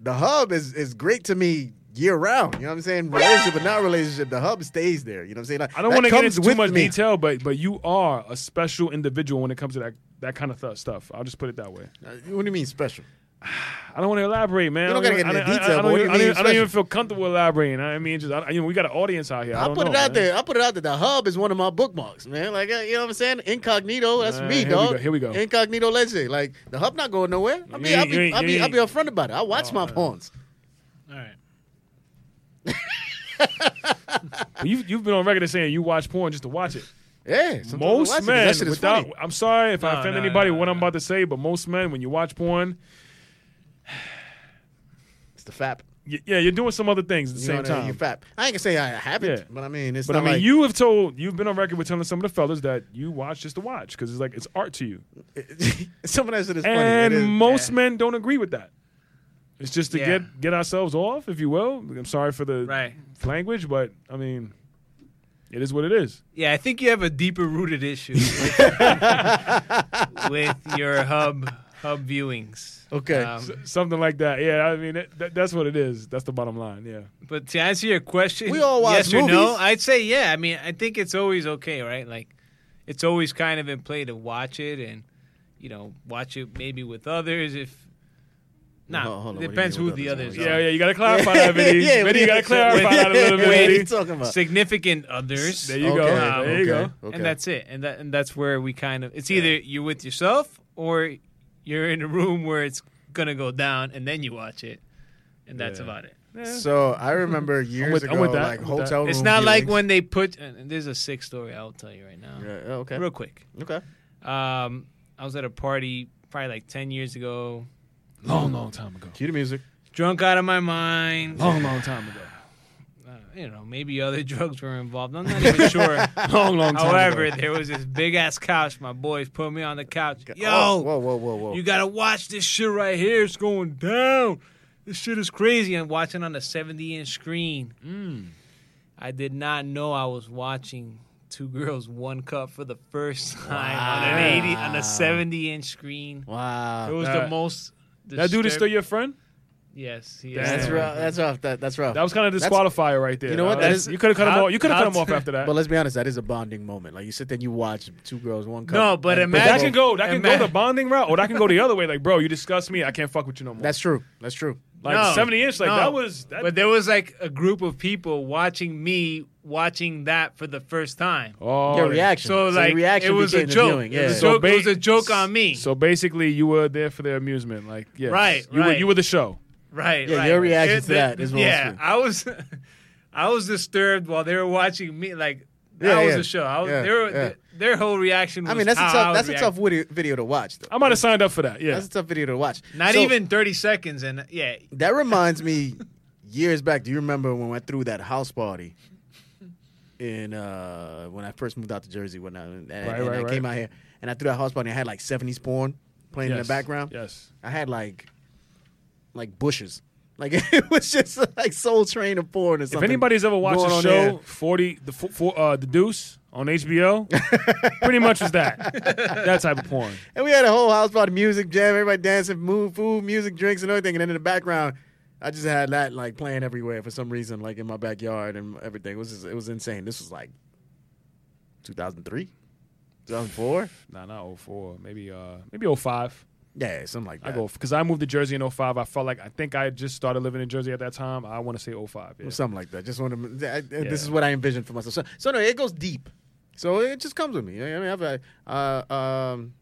The hub is is great to me year round. You know what I'm saying? Relationship, but not relationship. The hub stays there. You know what I'm saying? Like, I don't that want to get comes into too with much me. detail, but but you are a special individual when it comes to that that kind of th- stuff. I'll just put it that way. Uh, What do you mean special? I don't want to elaborate, man. You don't I gotta even- get into I- I- detail, I but what do you don't even- I mean don't even- I don't even special? feel comfortable elaborating. I mean, just I, you know, we got an audience out here. I I'll don't put know, it out man. there. I'll put it out there. The hub is one of my bookmarks, man. Like, uh, you know what I'm saying? Incognito, that's Uh, me, here we dog. go, here we go. Incognito Legacy. Like, the hub not going nowhere. I mean, You I'll ain't- you be, ain't- I'll you be, I'll ain't- Oh. be upfront about it. I watch my pawns. All right. But You've, you've been on record as saying you watch porn just to watch it. Yeah. sometimes I watch most it 'cause men, That shit is without, funny. I'm sorry if I No, offend no, anybody no, with what I'm no. about to say, but most men, when you watch porn, It's the fap. y- yeah, you're doing some other things at the You same know, time. You fap. I ain't gonna say I haven't, Yeah. but I mean, it's But I not mean, like, you have told you've been on record with telling some of the fellas that you watch just to watch because it's like it's art to you, some of that shit is funny. It and is. most men don't agree with that. It's just to Yeah. get get ourselves off, if you will. I'm sorry for the Right. language, but I mean, it is what it is. Yeah, I think you have a deeper rooted issue with, with your hub hub viewings. Okay. Um, Something like that. Yeah, I mean, it, that, that's what it is. That's the bottom line. Yeah. but to answer your question, We all watch yes or no, movies. I'd say yeah. I mean, I think it's always okay, right? Like, it's always kind of in play to watch it and you know watch it maybe with others if. Nah, Hold on, hold on, what do you depends mean who with the others? Yeah, others are. Yeah, yeah. You gotta clarify that, Vinny. Yeah, Vinny, you gotta Vinny. clarify that a little bit. What are you Vinny. talking about? Significant others. There you go. Okay, There you go. okay, okay. and that's it and that and that's where we kind of it's either you're with yourself or you're in a room where it's gonna go down and then you watch it and that's Yeah. about it So I remember years with- I'm ago, with that, like I'm with that. hotel room. it's not like viewings. when they put and and there's a sick story i'll tell you right now Yeah, okay. real quick Okay. um i was at a party probably like 10 years ago Long, long time ago. Cue the music. drunk out of my mind Long, long time ago. uh, you know maybe other drugs were involved i'm not even sure Long, long time ago. however there was this big ass couch my boys put me on the couch yo Oh, whoa, whoa, whoa, whoa. You gotta watch this shit right here. It's going down. This shit is crazy. I'm watching on a 70 inch screen. I did not know I was watching two girls, one cup for the first time on an 80 on a 70 inch screen. It wow. was the That- most. That dude is disturb- still your friend. Yes, he is. Damn. That's still- rough. That's rough. That, that's rough. That was kind of That's- disqualifier right there. You know what? Uh, That is- you could have cut him I'll- off. You could have cut him I'll- off after that. But let's be honest, that is a bonding moment. Like you sit there and you watch two girls, one cup. No, but And- But that imagine- can go. That can go Imagine- the bonding route, or that can go the other way. Like, bro, you disgust me. I can't fuck with you no more. That's true. That's true. like No, seventy inch. Like no. that was. That, But there was like a group of people watching me watching that for the first time. oh, Your yeah. reaction. So like your reaction it was a became the joke. viewing. It Yeah. was a joke. ba- It was a joke on me. So basically, you were there for their amusement. Like, yes. Right, You were. right. You were the show. Right. Yeah, right. your reaction to the- that is what I'm yeah. saying. I was, I was disturbed while they were watching me. Like that Yeah, was yeah. the show. I was, Yeah, they were, yeah. their whole reaction. Was I mean, that's a how I Oh, tough. was That's a reacting. tough video, video to watch. Though I might have signed up for that. Yeah. that's a tough video to watch. Not So, even thirty seconds, and yeah, That reminds me, years back. Do you remember when I threw that house party? In uh, when I first moved out to Jersey, when I and, and right, I right. came out here and I threw that house party, I had like '70s porn playing in Yes. the background. Yes. I had like like bushes. Like it was just like Soul Train of porn or something. If anybody's ever watched going the on show there. Forty, the fo- fo- uh, the Deuce on HBO, pretty much was that that type of porn. and we had a whole house party, music jam, everybody dancing, move, food, music, drinks, and everything. And then in the background, I just had that like playing everywhere for some reason, like in my backyard and everything. It was just, it was insane. This was like 2003, 2004, Nah, not 04. Maybe uh, maybe 05. yeah, something like that. I go because I moved to Jersey in 05. I felt like I think I had just started living in Jersey at that time. I want to say 05. Yeah. or something like that. Just want to. I, I- This is Yeah. what I envisioned for myself. So, so no, it goes deep. So it just comes with me. I mean, I've, uh, um,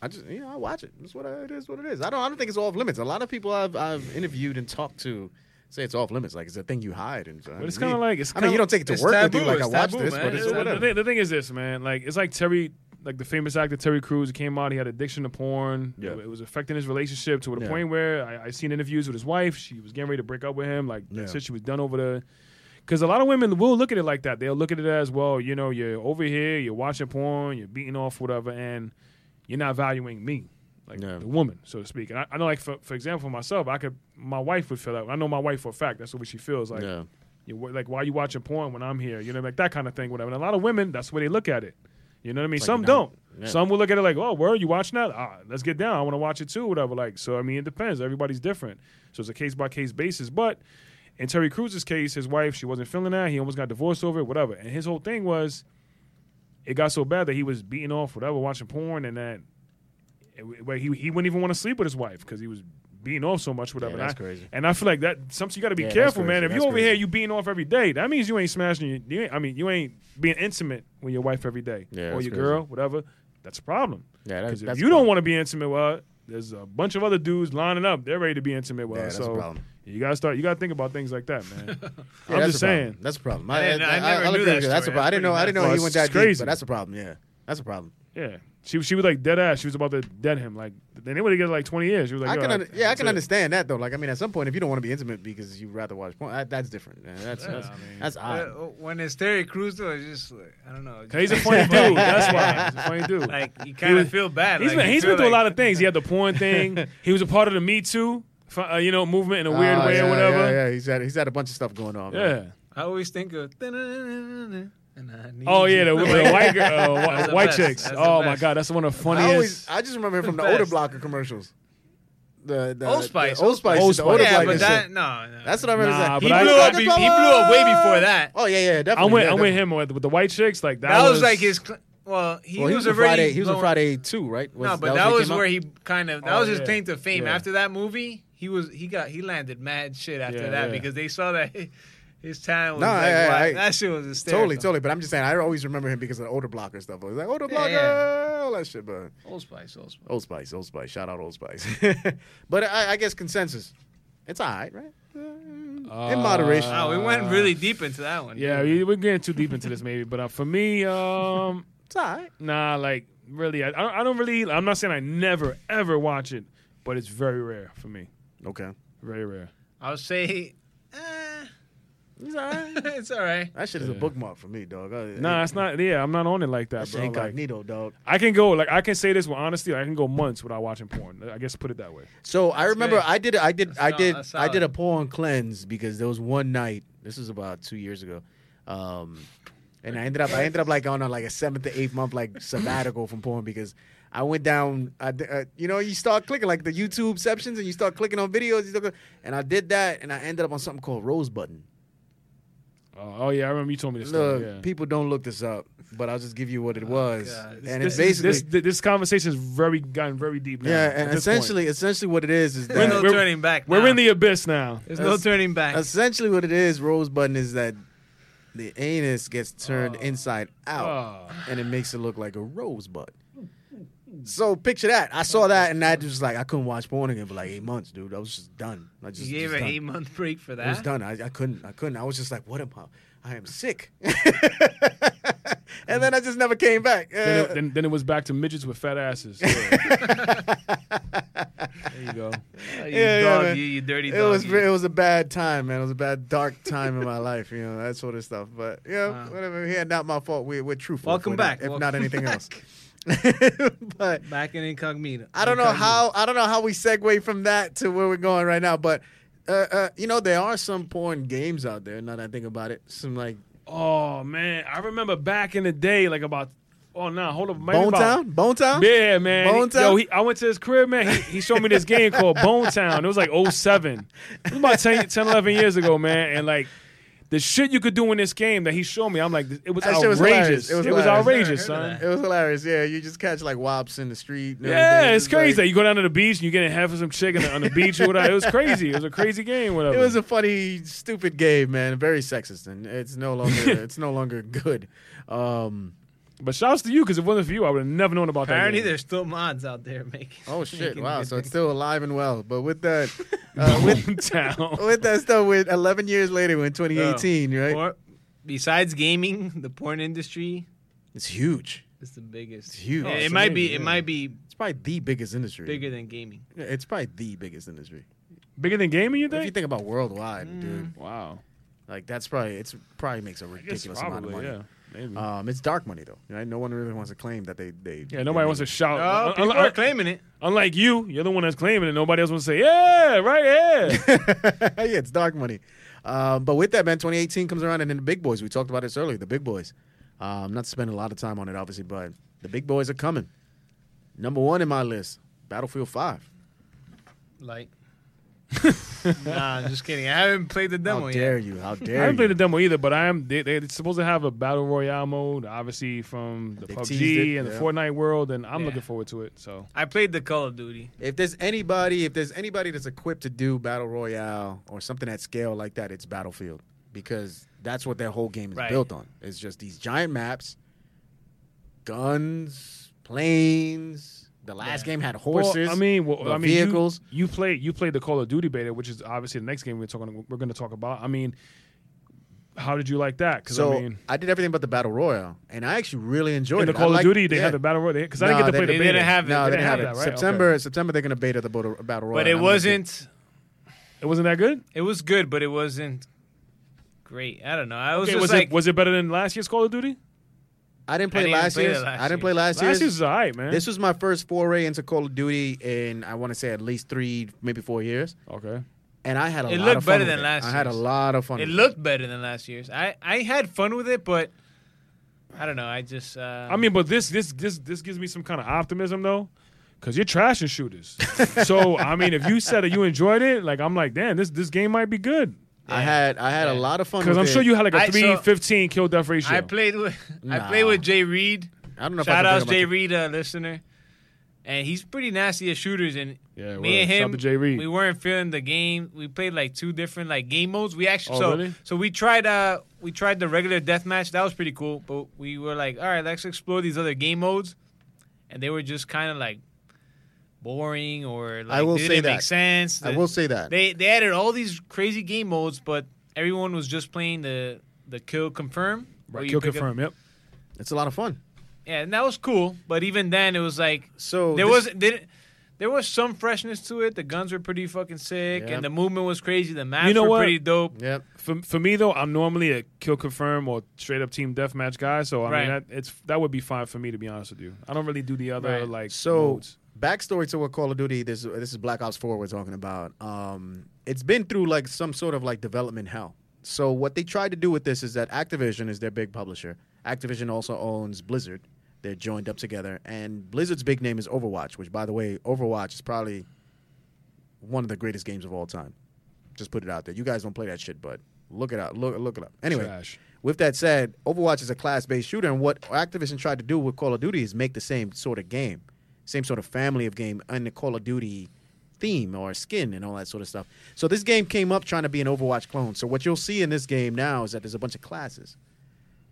I just you know I watch it. It's what I, it is. What it is. I don't. I don't think it's off limits. A lot of people I've I've interviewed and talked to say it's off limits. Like it's a thing you hide. And uh, But it's kinda like- it's I mean, you kinda- don't take it to it's work with taboo, you. Like I it's watched taboo, this, man. but It's it's The- the, whatever. thing, the thing is this, man. Like it's like Terry, like the famous actor Terry Crews, who came out. He had addiction to porn. Yeah. It, was affecting his relationship to the Yeah. point where I, I seen interviews with his wife. She was getting ready to break up with him. Like Yeah. said, she was done over the. Because a lot of women will look at it like that. They'll look at it as well. You know, you're over here, you're watching porn, you're beating off, whatever, and you're not valuing me, like Yeah. the woman, so to speak. And I, I know, like for, for example, for myself, I could my wife would feel that. I know my wife for a fact. That's what she feels like. Yeah. You, wh- like, why you watching porn when I'm here? You know, like that kind of thing, whatever. And a lot of women, that's where they look at it. You know what I mean? Some not- don't. yeah. Some will look at it like, oh, where you watching that? Ah, let's get down. I want to watch it too, whatever. Like, so I mean, it depends. Everybody's different. So it's a case by case basis. But in Terry Cruz's case, his wife, she wasn't feeling that. He almost got divorced over it, whatever. And his whole thing was, it got so bad that he was beating off, whatever, watching porn, and that it- where he he wouldn't even want to sleep with his wife because he was beating off so much, whatever. that's and I, crazy. And I feel like that sometimes you got to be Yeah, that's careful, crazy, man. If you that's over here crazy. you beating off every day, that means you ain't smashing. Your, you ain't, I mean, you ain't being intimate with your wife every day Yeah, or that's your crazy. girl, whatever. That's a problem. Yeah, that- 'Cause if that's a you don't problem. want to be intimate with her, there's a bunch of other dudes lining up. They're ready to be intimate with Yeah, her. that's a so problem. you gotta start. You gotta think about things like that, man. Yeah, I'm that's just a problem. saying. that's a problem. I didn't- I never I'll knew agree that with you. That's a story. problem. I That's didn't know. I pretty didn't know messed he went up. Well, that it's deep, crazy. but that's a problem. Yeah, that's a problem. Yeah, she she was like dead ass. She was about to dead him. Like then they would have get like twenty years. She was like, I "Yo, can, like, under yeah, I that's can it." understand that though. Like, I mean, at some point, if you don't want to be intimate because you'd rather watch porn, that, that's different. man. That's that's, that's Uh, odd. when it's Terry Crews, though, it's just like, I don't know. it's 'Cause He's a just- funny dude. That's why he's a funny dude. Like you kind of was- feel bad. He's like, been, you he's feel been through a like- lot of things. He had the porn thing. he was a part of the Me Too, fu- uh, you know, movement in Oh, a weird Ah, way yeah, or whatever. Yeah, yeah, he's had he's had a bunch of stuff going on. Yeah. man. I always think of. And I need Oh yeah, the, you. the white girl, uh, whi- the white best. chicks. That's the oh my best. god, that's one of the I funniest. always I just remember him from the Best. older blocker commercials. The, the Old Spice, the Old Old Spice, Spice. the older yeah, blocker but shit. that no, no. That's what I remember. Nah, saying. he but I- blew up. He, he blew up way before that. Oh yeah, yeah, definitely. I'm with yeah, I'm with definitely. him with, with the white chicks. Like that, That was like his. cl- Well, he, Well, he was, was a already Friday. He was a blown- Friday too, right? Was- No, but that when was came out? where he kind of that Oh, was his yeah. claim to fame. Yeah. After that movie, he was he got he landed mad shit after Yeah, that yeah. because they saw that his talent was No, like I- I- wow, I- that shit was hysterical. Totally, totally. But I'm just saying, I always remember him because of the older blocker stuff. I was like, older Yeah, blocker, yeah. all that shit. But Old Spice, Old Spice. Old Spice, Old Spice, shout out Old Spice. but I, I guess consensus, it's all right, right? Uh, In moderation. oh, Wow, we Ah. went really deep into that one. Yeah, we- we're getting too deep into this maybe, but uh, for me, um, It's all right. Nah, like really, I- I, don't- I don't really. I'm not saying I never ever watch it, but it's very rare for me. Okay, Very rare. I'll say eh, it's all right. it's all right. That shit is a bookmark for me, dog. I- Nah, it's not. Yeah, I'm not on it like that, that shit bro. Like, incognito, dog. I can go. Like I can say this with honesty. I can go months without watching porn. I guess put it that way. So I remember good. I did I did I sol- did that's I did solid. a porn cleanse because there was one night. This was about two years ago, um, and I ended up I ended up like on a, like a seventh to eighth month like sabbatical from porn because I went down. I, di- uh, you know you start clicking like the YouTube sections and you start clicking on videos. You start, and I did that and I ended up on something called Rose Button. Oh, oh yeah, I remember you told me this. Look, story, yeah. Oh, people don't look this up, but I'll just give you what it was. God. and it's this, basically this, this this conversation is very gotten very deep. Now, yeah, at and this essentially essentially what it is is that There's no we're- turning back. point. we're now. in the abyss now. There's no That's- turning back. Essentially, what it is, Rose Button, is that the anus gets turned inside out, Oh. and it makes it look like a rosebud. So picture that. I saw that, and I just like I couldn't watch porn again for like eight months, dude. I was just done. I just you gave just an done. eight month break for I was that. done. I, I couldn't. I couldn't. I was just like, what am I? I am sick. and then I just never came back. Then, Uh, it, then, then it was back to midgets with fat asses. Yeah. there you go. Oh, you Yeah, yeah, dog, man. you, you dirty it dog. was you. it was a bad time, man. It was a bad dark time in my life, you know that sort of stuff. But you know, Wow. whatever. Yeah, not my fault. We we're truthful. Welcome if we're not- back. if Welcome not anything back. else. but back in incognito. I don't know Incognito. how I don't know how we segue from that to where we're going right now. But uh, uh, you know, there are some porn games out there. Now that I think about it, some like Oh man, I remember back in the day, like about oh no, hold up, maybe Bone about- Town, Bone Town. Yeah, man. Bone Town? Yo, he, I went to his crib, man. He, he showed me this game called Bone Town. It was like 07. It was about 10, 10, 11 years ago, man. And like the shit you could do in this game that he showed me, I'm like, it was That shit was outrageous. hilarious. It was it was hilarious. outrageous, Never heard of son. It was hilarious. Yeah, you just catch like wops in the street. and Yeah, everything. it's like- crazy. you go down to the beach and you get in half of some chick on the, on the beach or whatever. It was crazy. It was a crazy game, whatever. It was a funny, stupid game, man. Very sexist, and it's no longer it's no longer good. Um, but shouts to you because if it wasn't for you, I would have never known about Apparently, that. game. there's still mods out there making. oh shit! making Wow, these so it's things. still alive and well. But with that, uh, with Bone Town. with that stuff, with 11 years later, we're in 2018, right? Or, besides gaming, the porn industry It's huge. is the biggest. It's huge. It, Oh, it it's might amazing, be. It yeah. might be It's probably the biggest industry. bigger than gaming. Yeah, It's probably the biggest industry. Bigger than gaming, you If you think? think about worldwide, dude, Wow. like that's probably it's probably makes a I guess ridiculous amount of probably, money. yeah. Maybe. Um, it's dark money though. Right? No one really wants to claim that they they. yeah, nobody wants to uh, shout. Uh, Oh, Un- people un- are un- claiming it. Unlike you, you're the one that's claiming it. Nobody else wants to say, yeah, right, yeah. yeah, it's dark money. Um, but with that, man, 2018 comes around, and then the big boys. We talked about this earlier. The big boys. Um, not spending a lot of time on it, obviously, but the big boys are coming. Number one in my list, Battlefield Five. Like nah, I'm just kidding. I haven't played the How demo yet. dare you? How I dare haven't played the you? demo either, but I am. They, they're supposed to have a battle royale mode, obviously from the They teased PUBG it, and the yeah. Fortnite world, and I'm Yeah. looking forward to it. So I played the Call of Duty. If there's anybody, if there's anybody that's equipped to do battle royale or something at scale like that, it's Battlefield because that's what their whole game is Right. built on. It's just these giant maps, guns, planes. The last game had horses. Well, I mean, well, the I mean, you- vehicles. You, played you played the Call of Duty beta, which is obviously the next game we're talking we're going to talk about. I mean, how did you like that? Because so I mean, did everything but the battle royale, and I actually really enjoyed in the it. I Call of liked- Duty, they yeah. had the battle royale because I No, didn't get to they- play the they beta. didn't have it. No, they, They didn't have it. right? Okay. September, September, they're gonna beta the Bodo- battle royale. But it I'm with you. wasn't. It wasn't that good. It was good, but it wasn't great. I don't know. I was Okay, just was like, it was it better than last year's Call of Duty? I didn't play, didn't last, play year's. it last I didn't year. play last, Last year's. year's was alright, man. This was my first foray into Call of Duty in I want to say at least three, maybe four years, okay. and I had a It lot looked of fun better with than last I had a year's. lot of fun. it with looked better than last year's. I I had fun with it, but I don't know. I just. Uh, I mean, but this this this this gives me some kind of optimism though, because you're trashing shooters. so I mean, if you said that you enjoyed it, like I'm like, damn, this this game might be good. I had I had a lot of fun Because with I'm it. sure you had like a I- so- 315 kill death ratio. I played with Nah. I played with Jay Reed. I don't know. if I Shout can out bring Jay him up Reed, a listener, and he's pretty nasty at shooters. And Yeah, me word. and Shout out him, to Jay Reed. we weren't feeling the game. We played like two different like game modes. We actually Oh, so really? so we tried uh we tried the regular deathmatch. That was pretty cool. But we were like, all right, let's explore these other game modes, and they were just kind of like boring or like I will they say didn't that. make sense. to- I will say that. They they added all these crazy game modes, but everyone was just playing the the kill confirm. where right, you kill pick up- confirm. Yep. It's a lot of fun. yeah, and that was cool. But even then, it was like So there this- was there, there was some freshness to it. The guns were pretty fucking sick, Yeah. and the movement was crazy. The maps You know were what? pretty dope. Yep. For, for me though, I'm normally a kill confirm or straight up team deathmatch guy, so I mean Right. that it's that would be fine for me to be honest with you. I don't really do the other Right. like So modes. backstory to what Call of Duty this this is Black Ops Four we're talking about. Um, it's been through like some sort of like development hell. So what they tried to do with this is that Activision is their big publisher. Activision also owns Blizzard. They're joined up together, and Blizzard's big name is Overwatch, which by the way, Overwatch is probably one of the greatest games of all time. Just put it out there. You guys don't play that shit, but look it up. Look look it up. Anyway, Trash. with that said, Overwatch is a class-based shooter, and what Activision tried to do with Call of Duty is make the same sort of game, same sort of family of game, and the Call of Duty theme or skin and all that sort of stuff. So this game came up trying to be an Overwatch clone. So what you'll see in this game now is that there's a bunch of classes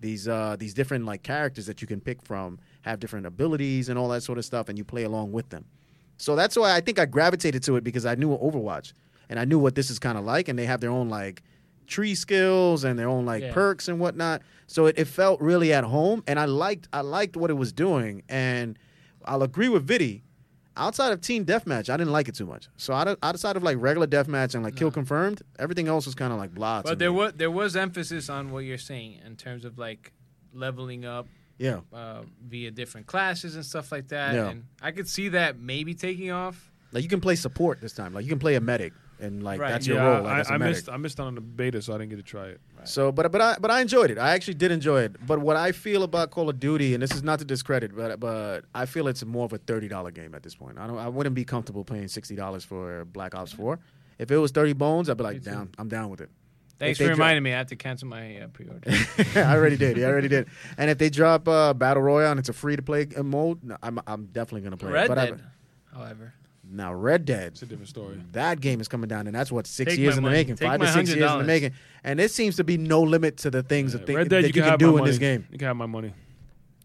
these uh, these different like characters that you can pick from have different abilities and all that sort of stuff, and you play along with them. So that's why I think I gravitated to it because I knew Overwatch and I knew what this is kind of like, and they have their own like tree skills and their own like Yeah. perks and whatnot. So it, it felt really at home, and I liked I liked what it was doing, and I'll agree with Vidi. Outside of team deathmatch, I didn't like it too much. So out of- outside of like regular deathmatch and like kill confirmed, everything else was kind of like blah. to But there me. was there was emphasis on what you're saying in terms of like leveling up yeah. uh, via different classes and stuff like that. Yeah. And I could see that maybe taking off. Like you can play support this time. Like you can play a medic, and like Right. that's your yeah, role. Like, I, as a I medic. missed I missed out on the beta, so I didn't get to try it. So, but but I but I enjoyed it. I actually did enjoy it. But what I feel about Call of Duty, and this is not to discredit, but but I feel it's more of a thirty dollar game at this point. I don't. I wouldn't be comfortable paying sixty dollars for Black Ops Four. If it was thirty bones, I'd be like, down. I'm down with it. Thanks they for dro- reminding me. I have to cancel my uh, pre-order. I already did. Yeah, I already did. And if they drop uh, Battle Royale and it's a free to play mode, no, I'm I'm definitely gonna play it. Red But I- Dead, however, now Red Dead. It's a different story. That game is coming down, and that's what six Take years my in the money. making, Take five to my six years in the $100. making, and there seems to be no limit to the things that, thi- Red that Dead, you, can, have my do in money. this game. You can have my money.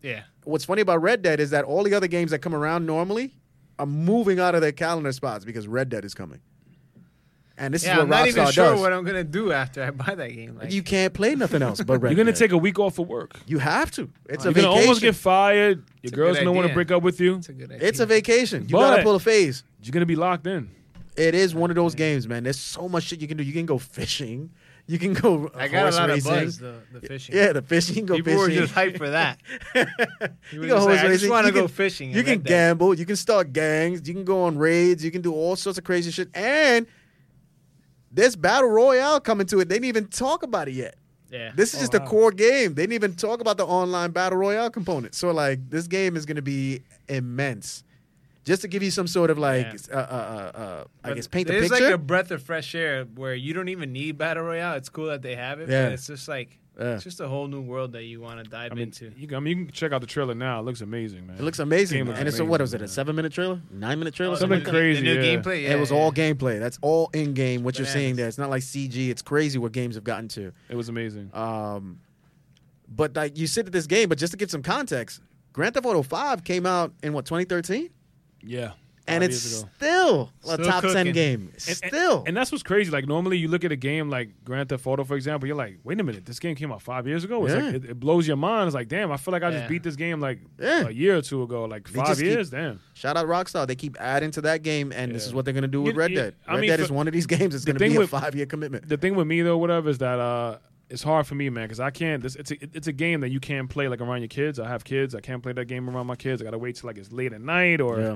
yeah. What's funny about Red Dead is that all the other games that come around normally are moving out of their calendar spots because Red Dead is coming, and this Yeah, is what I'm Rockstar not even sure does. what I'm gonna do after I buy that game. Like, you can't play nothing else but Red. You're gonna Dead. take a week off of work. You have to. It's a You're gonna vacation. almost get fired. Your a girl's good gonna want to idea. break up with you. it's a good idea. it's a vacation. You But- gotta pull a phase. You're gonna be locked in. It is one of those games, man. There's so much shit you can do. You can go fishing. You can go. uh, I got horse a lot racing. of buzz the, the fishing. Yeah, the fishing. You can go People were fishing. just hyped for that. you were can just always like, I just raise it. wanna You can- go fishing You and can let that- gamble. You can start gangs. You can go on raids. You can do all sorts of crazy shit. And there's battle royale coming to it. They didn't even talk about it yet. Yeah. Oh, This is just the core game. They didn't even talk about the online battle royale component. So like, this game is going to be immense. just to give you some sort of like, uh, uh, uh, Yeah. uh, I Oh, But guess, paint the there's picture. like a breath of fresh air where you don't even need battle royale. It's cool that they have it, Yeah. but it's just like Yeah. it's just a whole new world that you want to dive I mean, into. you can, I mean, you can check out the trailer now. It looks amazing, man. It looks amazing, Game man. looks and it's a, what amazing, was it? A man. seven-minute trailer, nine-minute Oh, trailer, something like that? crazy. The new yeah. gameplay. it was yeah, all gameplay. That's all in-game. What you're Bananas. seeing there, it's not like CG. It's crazy what games have gotten to. It was amazing. Um, but like you sit at this game, but just to give some context, Grand Theft Auto Five came out in what 2013, yeah. and Five it's years ago. still a Still top ten cooking. game. And- and- Still, And, that's what's crazy. Like normally, you look at a game like Grand Theft Auto, for example, you're like, wait a minute, this game came out five years ago. It's Yeah. like, it, it blows your mind. It's like, damn, I feel like I Yeah. just beat this game like Yeah. a year or two ago. Like They five just keep- years, damn. shout out Rockstar. They keep adding to that game, and this Yeah. is what they're gonna do with You- Red you- Dead. I Red mean, Dead is for- one of these games. It's the gonna thing be a with- five-year commitment. The thing with me though, whatever, is that uh, it's hard for me, man, because I can't. This, it's a, it's a game that you can't play like around your kids. I have kids. I can't play that game around my kids. I gotta wait till like it's late at night or Yeah,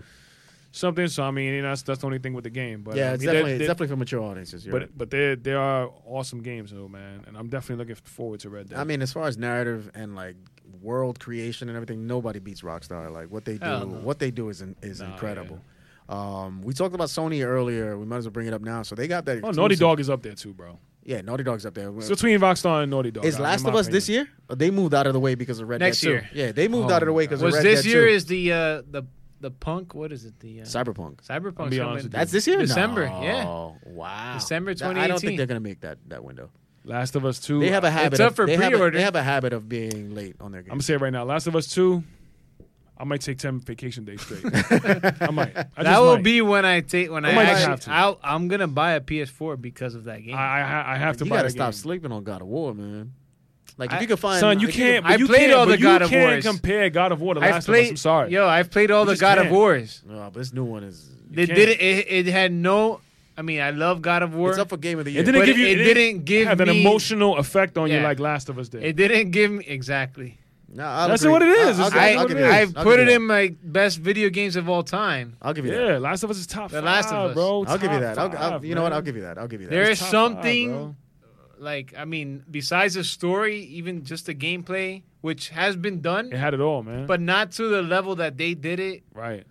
something. So I mean, you know, that's that's the only thing with the game. But uh, yeah, I it's mean, they're- definitely it's they're- definitely for mature audiences. you're right. But but they they are awesome games though, man, and I'm definitely looking forward to Red Dead. I mean, as far as narrative and like world creation and everything, nobody beats Rockstar. Like what they do, Hell no. what they do is in, is Nah, incredible. Um, we talked about Sony earlier. We might as well bring it up now. So they got that. oh, Naughty exclusive- Dog is up there too, bro. Yeah, Naughty Dog's up there. It's between Rockstar and Naughty Dog. is in Last my of Us opinion. this year? Or they moved out of the way because of Red Next Dead. too? year. Yeah, they moved Oh out of the my way God. because of Was Red this Dead year 2. is the uh, the the punk? What is it? The uh, Cyberpunk. Cyberpunk. I'll be honest something. with you. That's this year. December, No. yeah. Wow. December I don't think 2018. they're gonna make that that window. Last of Us Two. They have a I'm habit. up of, for they have a- pre-order. they have a habit of being late on their games. gonna say it right now. Last of Us Two. I might take ten vacation days straight. I might. that I just will might. be when I take when I, might actually. have to. I'll, I'm gonna buy a PS4 because of that game. I, I ha- I have to you buy gotta that stop game. sleeping on God of War, man. Like if I- you can find, Son, you if can't. I but you played can't, all but the you God of can't Wars. compare God of War to I've Last of Us. I'm sorry. Yo, I've played all You the just God of can't. Wars. can- No, but this new one is. They can't. did it, it. It had no. I mean, I love God of War. It's up for game of the year. it didn't But give you. it didn't give have an me- emotional effect on you Yeah. like Last of Us did. It didn't give me exactly. No, I'll That's agree. what it is. I'll, It's I'll, I That's I'll what give it you is. that. I've I'll put give it you in my best video games of all time. that. I'll give you that. yeah, Last of Us is top The five. Last of Us. bro. I'll give you Top that. I'll, I'll, five, you know what? man. I'll give you that. I'll give you that. There It's is top five, something bro. like I mean, besides the story, even just the gameplay, which has been done, It had it all, man. but not to the level that they did it. right.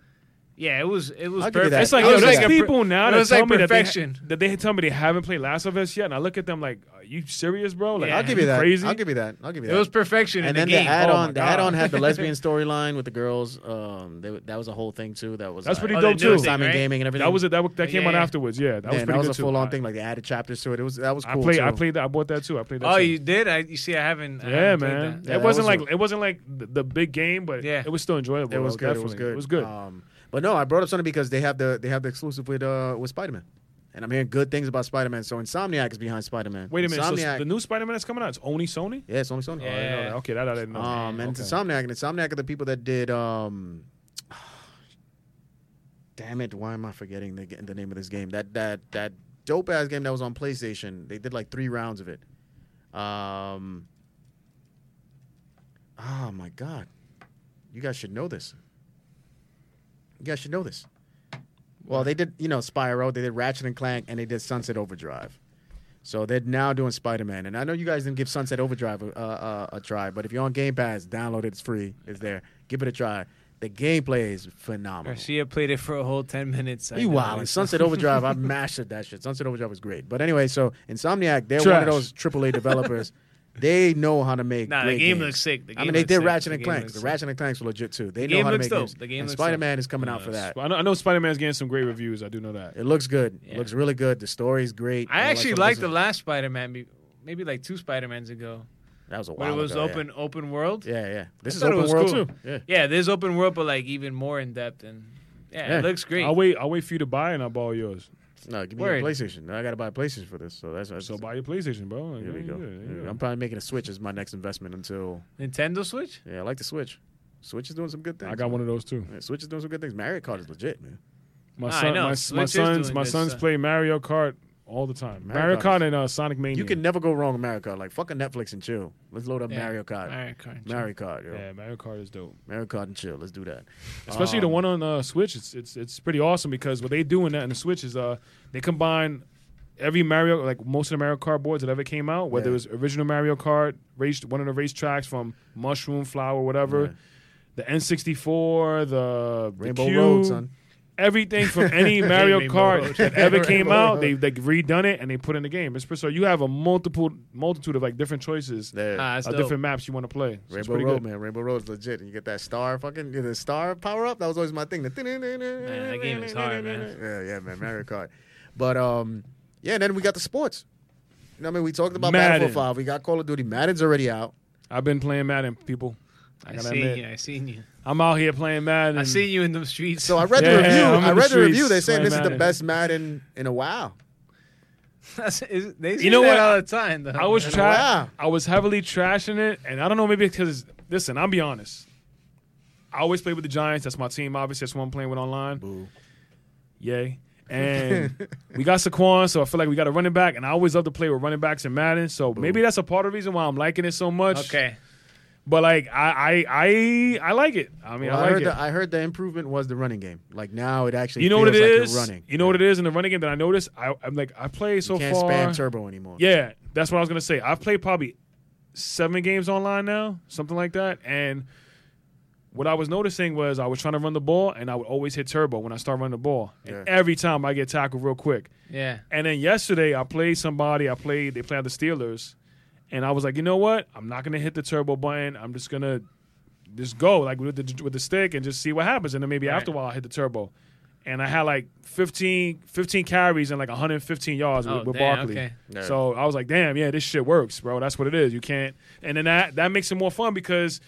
Yeah, it was it was I'll give you perfect. that. It's like, It yo, was there's like a per- people now it that was tell like me that they, perfection. that they tell me they haven't played Last of Us yet, and I look at them like, are you serious, bro? Like, Yeah. I'll give you that. Crazy. I'll give you that. I'll give you It that. was perfection and in then the the game. Oh add-on, my the God. add-on had the lesbian storyline with the girls. Um, they, that was a whole thing too. That was That's uh, pretty Oh, they dope do too. it. Simon right? Gaming and everything. That was it. That, w- that came Yeah, out yeah. afterwards. Yeah, that was Man, pretty that was good a too. full-on I- thing. Like they added chapters to it. It was that was I cool played. too. I played that. I bought that too. I played that. Oh, too. you did? I you see, I haven't. I Yeah, haven't played man. that. Yeah, it that wasn't was like it wasn't like the, the big game, but Yeah. Uh, it was still enjoyable. It was though, good. It was definitely. good. It was good. Um, but no, I brought up something because they have the they have the exclusive with uh with Spider Man, and I'm hearing good things about Spider Man. So Insomniac is behind Spider Man. Wait a minute. So Insomniac. the new Spider-Man that's coming out, it's only Sony. yeah, it's only Sony. Oh, I didn't know that. Okay, that I didn't know. Um, and okay. it's Insomniac, and Insomniac are the people that did. Um, damn it! Why am I forgetting the, the name of this game? That that that dope ass game that was on PlayStation. They did like three rounds of it. Um. Oh my god, you guys should know this. You guys should know this. Well, they did, you know, Spyro, they did Ratchet and Clank, and they did Sunset Overdrive. So they're now doing Spider Man, and I know you guys didn't give Sunset Overdrive a, a, a, a try, but if you're on Game Pass, download it. It's free. It's there. Give it a try. The gameplay is phenomenal. Garcia played it for a whole ten minutes. I You know. wild. Sunset Overdrive, I mastered that shit. Sunset Overdrive was great. But anyway, so Insomniac, they're one Trash. of those AAA developers. they know how to make. Nah, the great game games. looks sick. The I game mean, they looks did sick. Ratchet The and game Clanks. looks The sick. Ratchet and Clanks were legit too. They The know game how to looks make dope. games. The game and looks dope. Spider Man is coming out for Uh, that. Sp- I know, I know Spider-Man's getting some great reviews. I do know that. It looks good. It Yeah. looks really good. The story's great. I All that actually stuff liked is- the last Spider Man, maybe like two Spider Mans ago, That was a when while it was ago, yeah. open open world. Yeah, yeah. This is thought it open was world cool. too. Yeah. Yeah, there's open world, but like even more in depth and yeah, Yeah. it looks great. I'll wait. I'll wait for you to buy, and I'll borrow yours. No, give me Word. a PlayStation. I gotta buy a PlayStation for this, so that's that's- So buy your PlayStation, bro. Like, Here we yeah, go. yeah, yeah. I'm probably making a Switch as my next investment until Nintendo Switch. yeah. I like the Switch. Switch is doing some good things. I got one of those too. Yeah, Switch is doing some good things. Mario Kart is legit, man. My I son, know, my, my Switch is sons, doing my good sons stuff. play Mario Kart all the time. Mario Mario, Kart Kart is- and uh, Sonic Mania. You can never go wrong with Mario Kart. Like fucking Netflix and chill. Let's load up Yeah. Mario Kart. Mario Kart. Mario Kart, yo. yeah, Mario Kart is dope. Mario Kart and chill. Let's do that. Um, Especially the one on uh, Switch, it's it's it's pretty awesome because what they do in that in the Switch is uh they combine every Mario like most of the Mario Kart boards that ever came out, whether Yeah. it was original Mario Kart, race one of the racetracks from Mushroom Flower, whatever, the N64, the the Rainbow Cube, Road, son. everything from any Mario Gaming Kart mode. that ever came out. They they redone it and they put in the game. It's pretty- so you have a multiple multitude of like different choices, There. Ah, that's of dope. different maps you want to play. So it's Rainbow pretty Road, good. man. Rainbow Road's legit. You get that star fucking the star power up. That was always my thing. The man, that game is hard, man. Yeah, yeah, man. Mario Kart. But um, yeah. And then we got the sports. You know, what I mean, we talked about Madden. Battlefield Five. We got Call of Duty. Madden's already out. I've been playing Madden, people. I I gotta seen admit, you. I seen you. I'm out here playing Madden. I seen you in them streets. Mm. So I read Yeah, the review. I'm in I the read the, streets review. They're saying playing this is the Madden. best Madden in a while. That's- is- they You know that what? all the time. Though. I was Man. tra- Wow. I was heavily trashing it, and I don't know maybe because listen, I'll be honest. I always play with the Giants. That's my team. Obviously, that's who I'm playing with online. Boo. Yay. And we got Saquon, so I feel like we got a running back, and I always love to play with running backs in Madden. So maybe that's a part of the reason why I'm liking it so much. Okay. But like I I I, I like it. I mean Well, I, I like heard it. the, I heard the improvement was the running game. Like now it actually you know what it feels like is? You're running. You know what it is in the running game that I noticed? I, I'm like I play so You can't far. spam turbo anymore. Yeah, that's what I was gonna say. I've played probably seven games online now, something like that. And what I was noticing was I was trying to run the ball, and I would always hit turbo when I start running the ball. And Yeah. every time I get tackled real quick. Yeah. And then yesterday I played somebody. I played. They played the Steelers, and I was like, you know what? I'm not gonna hit the turbo button. I'm just gonna just go like with the with the stick and just see what happens. And then maybe after a while I hit the turbo. And I had like 15, 15 carries and like 115 yards Oh, with, with damn, Barkley. okay. Yeah. So I was like, damn, yeah, this shit works, bro. That's what it is. You can't. And then that that makes it more fun because.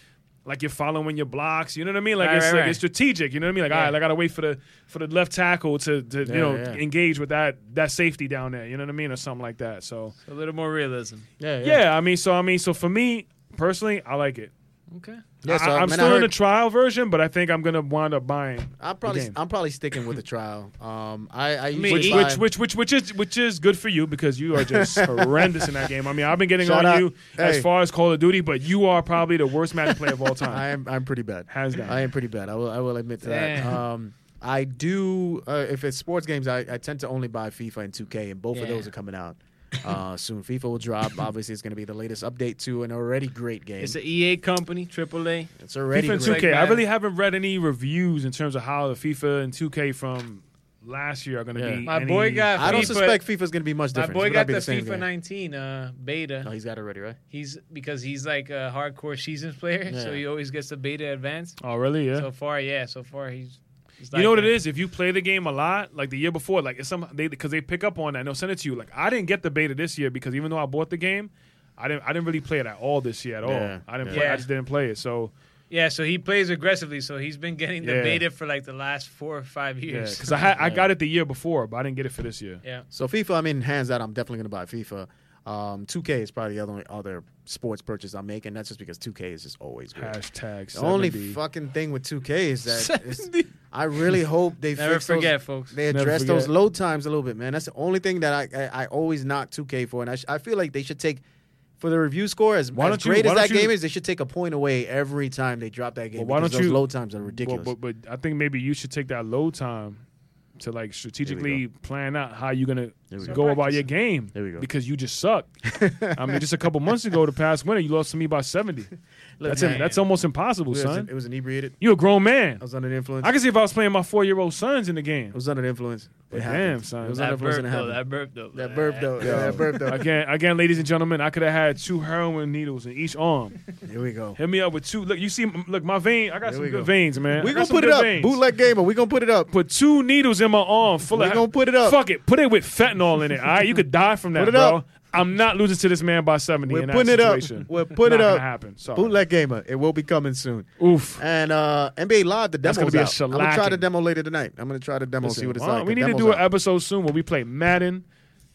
Like you're following your blocks, you know what I mean? Like Right, it's right, like right. it's strategic, you know what I mean? Like, all right, I gotta wait for the for the left tackle to, to Yeah, you know yeah. engage with that that safety down there, you know what I mean, or something like that. So A little more realism. yeah, yeah, I mean, so I mean, so for me personally, I like it. Okay. Yeah, so, I, am man, I still in heard- the trial version, but I think I'm gonna wind up buying. I'm probably game. I'm probably sticking with the trial. Um, I, I mean, usually Wait, Which, buy- which which which which is which is good for you because you are just horrendous in that game. I mean, I've been getting Shout on out. you Hey. as far as Call of Duty, but you are probably the worst Madden player of all I time. am I'm pretty bad. Hands down. I am pretty bad. I will I will admit to that. Damn. Um, I do uh, if it's sports games, I, I tend to only buy FIFA and 2K, and both of Yeah. those are coming out uh, soon. FIFA will drop. Obviously, it's going to be the latest update to an already great game. It's an EA company, AAA. It's FIFA already and great. 2K. Like I Madden. really haven't read any reviews in terms of how the FIFA and 2K from last year are going to Yeah. be. My any- boy got- I don't FIFA- suspect FIFA's going to be much My different. boy It's got gotta the, be same Oh. FIFA game. 19 uh, beta. No, he's got it already, right? He's because he's like a hardcore seasons player, so Yeah. he always gets the beta advance. Oh, really? Yeah. So far, yeah. So far, he's. he's you know what like uh, it that. is? If you play the game a lot, like the year before, like it's some they because they pick up on that. and They'll send it to you. Like I didn't get the beta this year because even though I bought the game, I didn't I didn't really play it at all this year at all. Yeah, I didn't yeah. play. I Yeah. just didn't play it. So Yeah, so he plays aggressively. So he's been getting the Yeah. beta for like the last four or five yeah, years. because I had I got it the year before, but I didn't get it for this year. Yeah. So FIFA, I mean, hands down, I'm definitely going to buy FIFA. Um, 2K is probably the other other sports purchase I'm making. That's just because 2K is just always great. Hashtag The only 70. fucking thing with 2K is that it's, I really hope they Never fix forget, those, folks. They Never address those forget. load times a little bit, man. That's the only thing that I I, I always knock 2K for, and I, sh- I feel like they should take for the review score as, Why as don't you- great why as don't that you- game is. They should take a point away every time they drop that game. Well, why because don't those you- load times are ridiculous? Well, but, but I think maybe you should take that load time to like strategically plan out how you're gonna There we go, go. about your game. There we go. Because you just suck. I mean, just a couple months ago, the past winter, you lost to me by seventy. Look, that's man, that's almost impossible, it was, son. it was inebriated. you a grown man. I was under the influence. I can see if I was playing my four year old sons in the I game. was under the influence. It Damn, happened. son. It was under That the influence burp and it though. happened. That burp though. That burp though. Yeah, that burp though. Again, again, ladies and gentlemen, I could have had two heroin needles in each arm. Here we go. Hit me up with two. Look, you see, look, my vein. I got There some we good go. veins, man. We I got gonna some put it good up. veins. Bootleg gamer. We gonna put it up. Put two needles in my arm, full We of. gonna put it up. Fuck it, put it with fentanyl in it. All right, you could die from that, Put it bro. up. I'm not losing to this man by seventy. We're in that putting it up. situation. We're putting Not it gonna up. Happen. Sorry. Bootleg gamer. It will be coming soon. Oof. And uh, NBA Live, the demo's gonna be a out. I'm gonna try the shellacking. demo later tonight. I'm gonna try the demo, see what it's Well, like. The We need to demo's do an out. episode soon where we play Madden,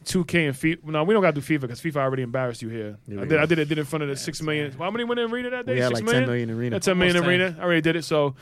2K, and FIFA. No, we don't got to do FIFA because FIFA already embarrassed you here. Yeah, I we did. I did. did it. Did it in front of the six million. How many went in arena that day? We had six like 10 million arena. Yeah, ten million Almost 10. arena. I already did it. So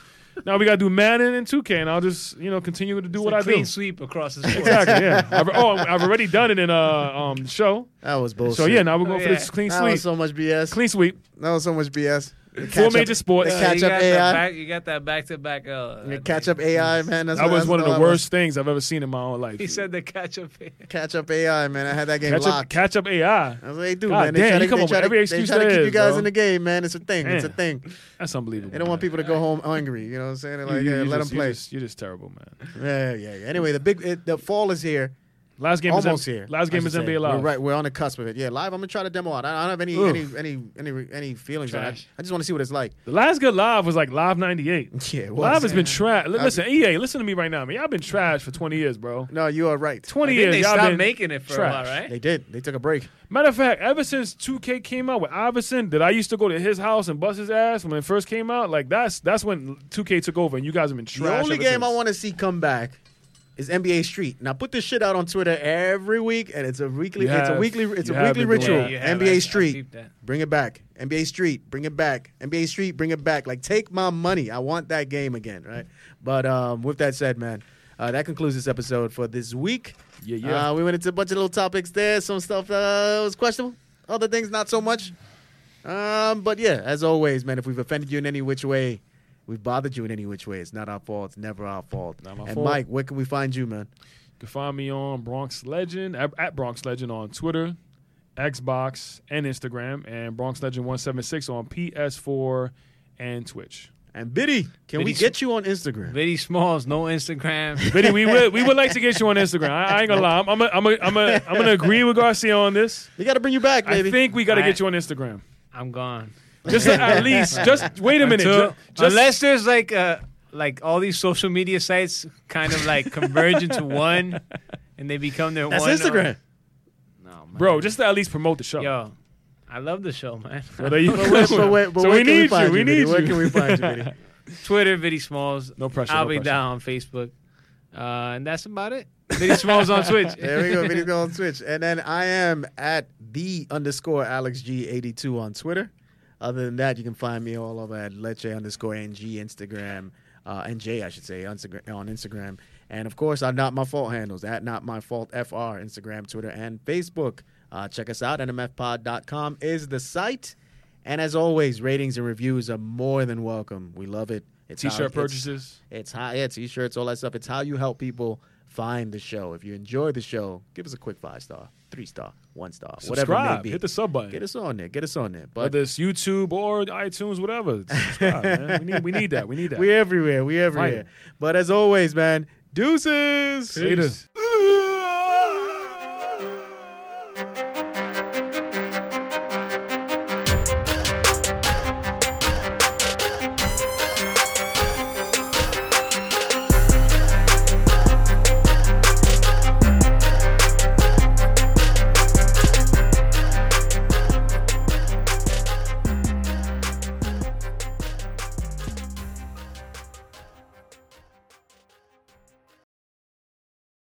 now we got to do Madden and 2K, and I'll just you know continue to do what I I clean do. sweep across the sport. Exactly. Yeah. I've, oh, I've already done it in a um, show. That was bullshit. So yeah, now we're going Oh, for yeah. this clean that was sweep. so much BS. Clean sweep. That was so much BS. catch Four up- major sports. the catch you up got AI. That back, you got that back to back. Uh, The catch up AI, man. That's That what- was that's one of all the I was- worst things I've ever seen in my own life. He said the catch up. Catch up AI, man. I had that game catch up, locked. catch up AI. that's what they do, God man. They damn, try to, you come they up try with to- every they excuse try to there keep is, you guys bro. in the game, man. It's a thing. It's a Man. thing. That's unbelievable. They don't want man. people to go home hungry. You know what I'm saying? They're You- like, you- yeah, you let them just- you play. just- you're just terrible, man. Yeah, yeah, yeah. Anyway, the big it, the fall is here. Last game Almost is here. Last I game should is say. NBA We're live. right, we're on the cusp of it. Yeah, live. I'm gonna try to demo out. I I don't have any Ooh. any any any any feelings. On it. Trash. I just want to see what it's like. The last good live was like live '98. Yeah, it was. Live has been trash. Listen, EA, listen to me right now, man. Y'all been trash for 20 years, bro. No, you are right. 20 years. they y'all stopped been making it for a while, trash. right? They did. They took a break. Matter of fact, ever since 2K came out with Iverson, that I used to go to his house and bust his ass when it first came out. Like that's that's when 2K took over, and you guys have been trash. the only ever game I since. want to see come back is NBA Street. Now put this shit out on Twitter every week, and it's a weekly. You it's a have- weekly. It's you a have weekly been doing ritual. that. You have. I- I NBA Street, peeped that. bring it back. NBA Street, bring it back. NBA Street, bring it back. Like take my money. I want that game again, right? But um, with that said, man. Uh, that concludes this episode for this week. Yeah, yeah. Uh, we went into a bunch of little topics there. Some stuff uh, was questionable. Other things, not so much. Um, but yeah, as always, man, if we've offended you in any which way, we've bothered you in any which way. It's not our fault. It's never our fault. Not my and fault. Mike, where can we find you, man? You can find me on Bronx Legend at, at Bronx Legend on Twitter, Xbox, and Instagram, and Bronx Legend 176 on PS4 and Twitch. And Biddy, can we Biddy's- get you on Instagram? Biddy Smalls, no Instagram. Vinny, we would we would like to get you on Instagram. I, I ain't gonna lie, I'm I'm a, I'm a, I'm, a, I'm gonna agree with Garcia on this. We got to bring you back, baby. I think we got to I- get you on Instagram. I'm gone. Just at least, just wait a minute. Until- ju- just, unless there's like uh like all these social media sites kind of like converge into one, and they become their That's one. Instagram. No, man. bro, just to at least promote the show. yo, I love the show, man. So there you But where- but where- but so where we can we need you. find We you, Biddy? need Where you. can we find you, Biddy? Twitter, Viddy Smalls. No pressure. I'll no be pressure. down on Facebook, uh, and that's about it. Viddy Smalls on Twitch. There we go. Vinny's going on Twitch. And then I am at the underscore Alex G82 on Twitter. Other than that, you can find me all over at Leche underscore NG Instagram. Uh, NJ, I should say, on Instagram- on Instagram. And of course, our Not My Fault handles at Not My Fault FR, Instagram, Twitter, and Facebook. Uh, check us out. NMFpod.com is the site. And as always, ratings and reviews are more than welcome. We love it. It's how- T-shirt it's- purchases. it's how yeah, t-shirts, all that stuff. It's how you help people find the show. If you enjoy the show, give us a quick five star, three star, one star, whatever it may Subscribe. be. Hit the sub button. Get us on there. Get us on there. But Whether it's YouTube or iTunes, whatever. Subscribe, man. We need, we need that. We need that. we're everywhere. We're everywhere. Right. But as always, man, deuces. Later.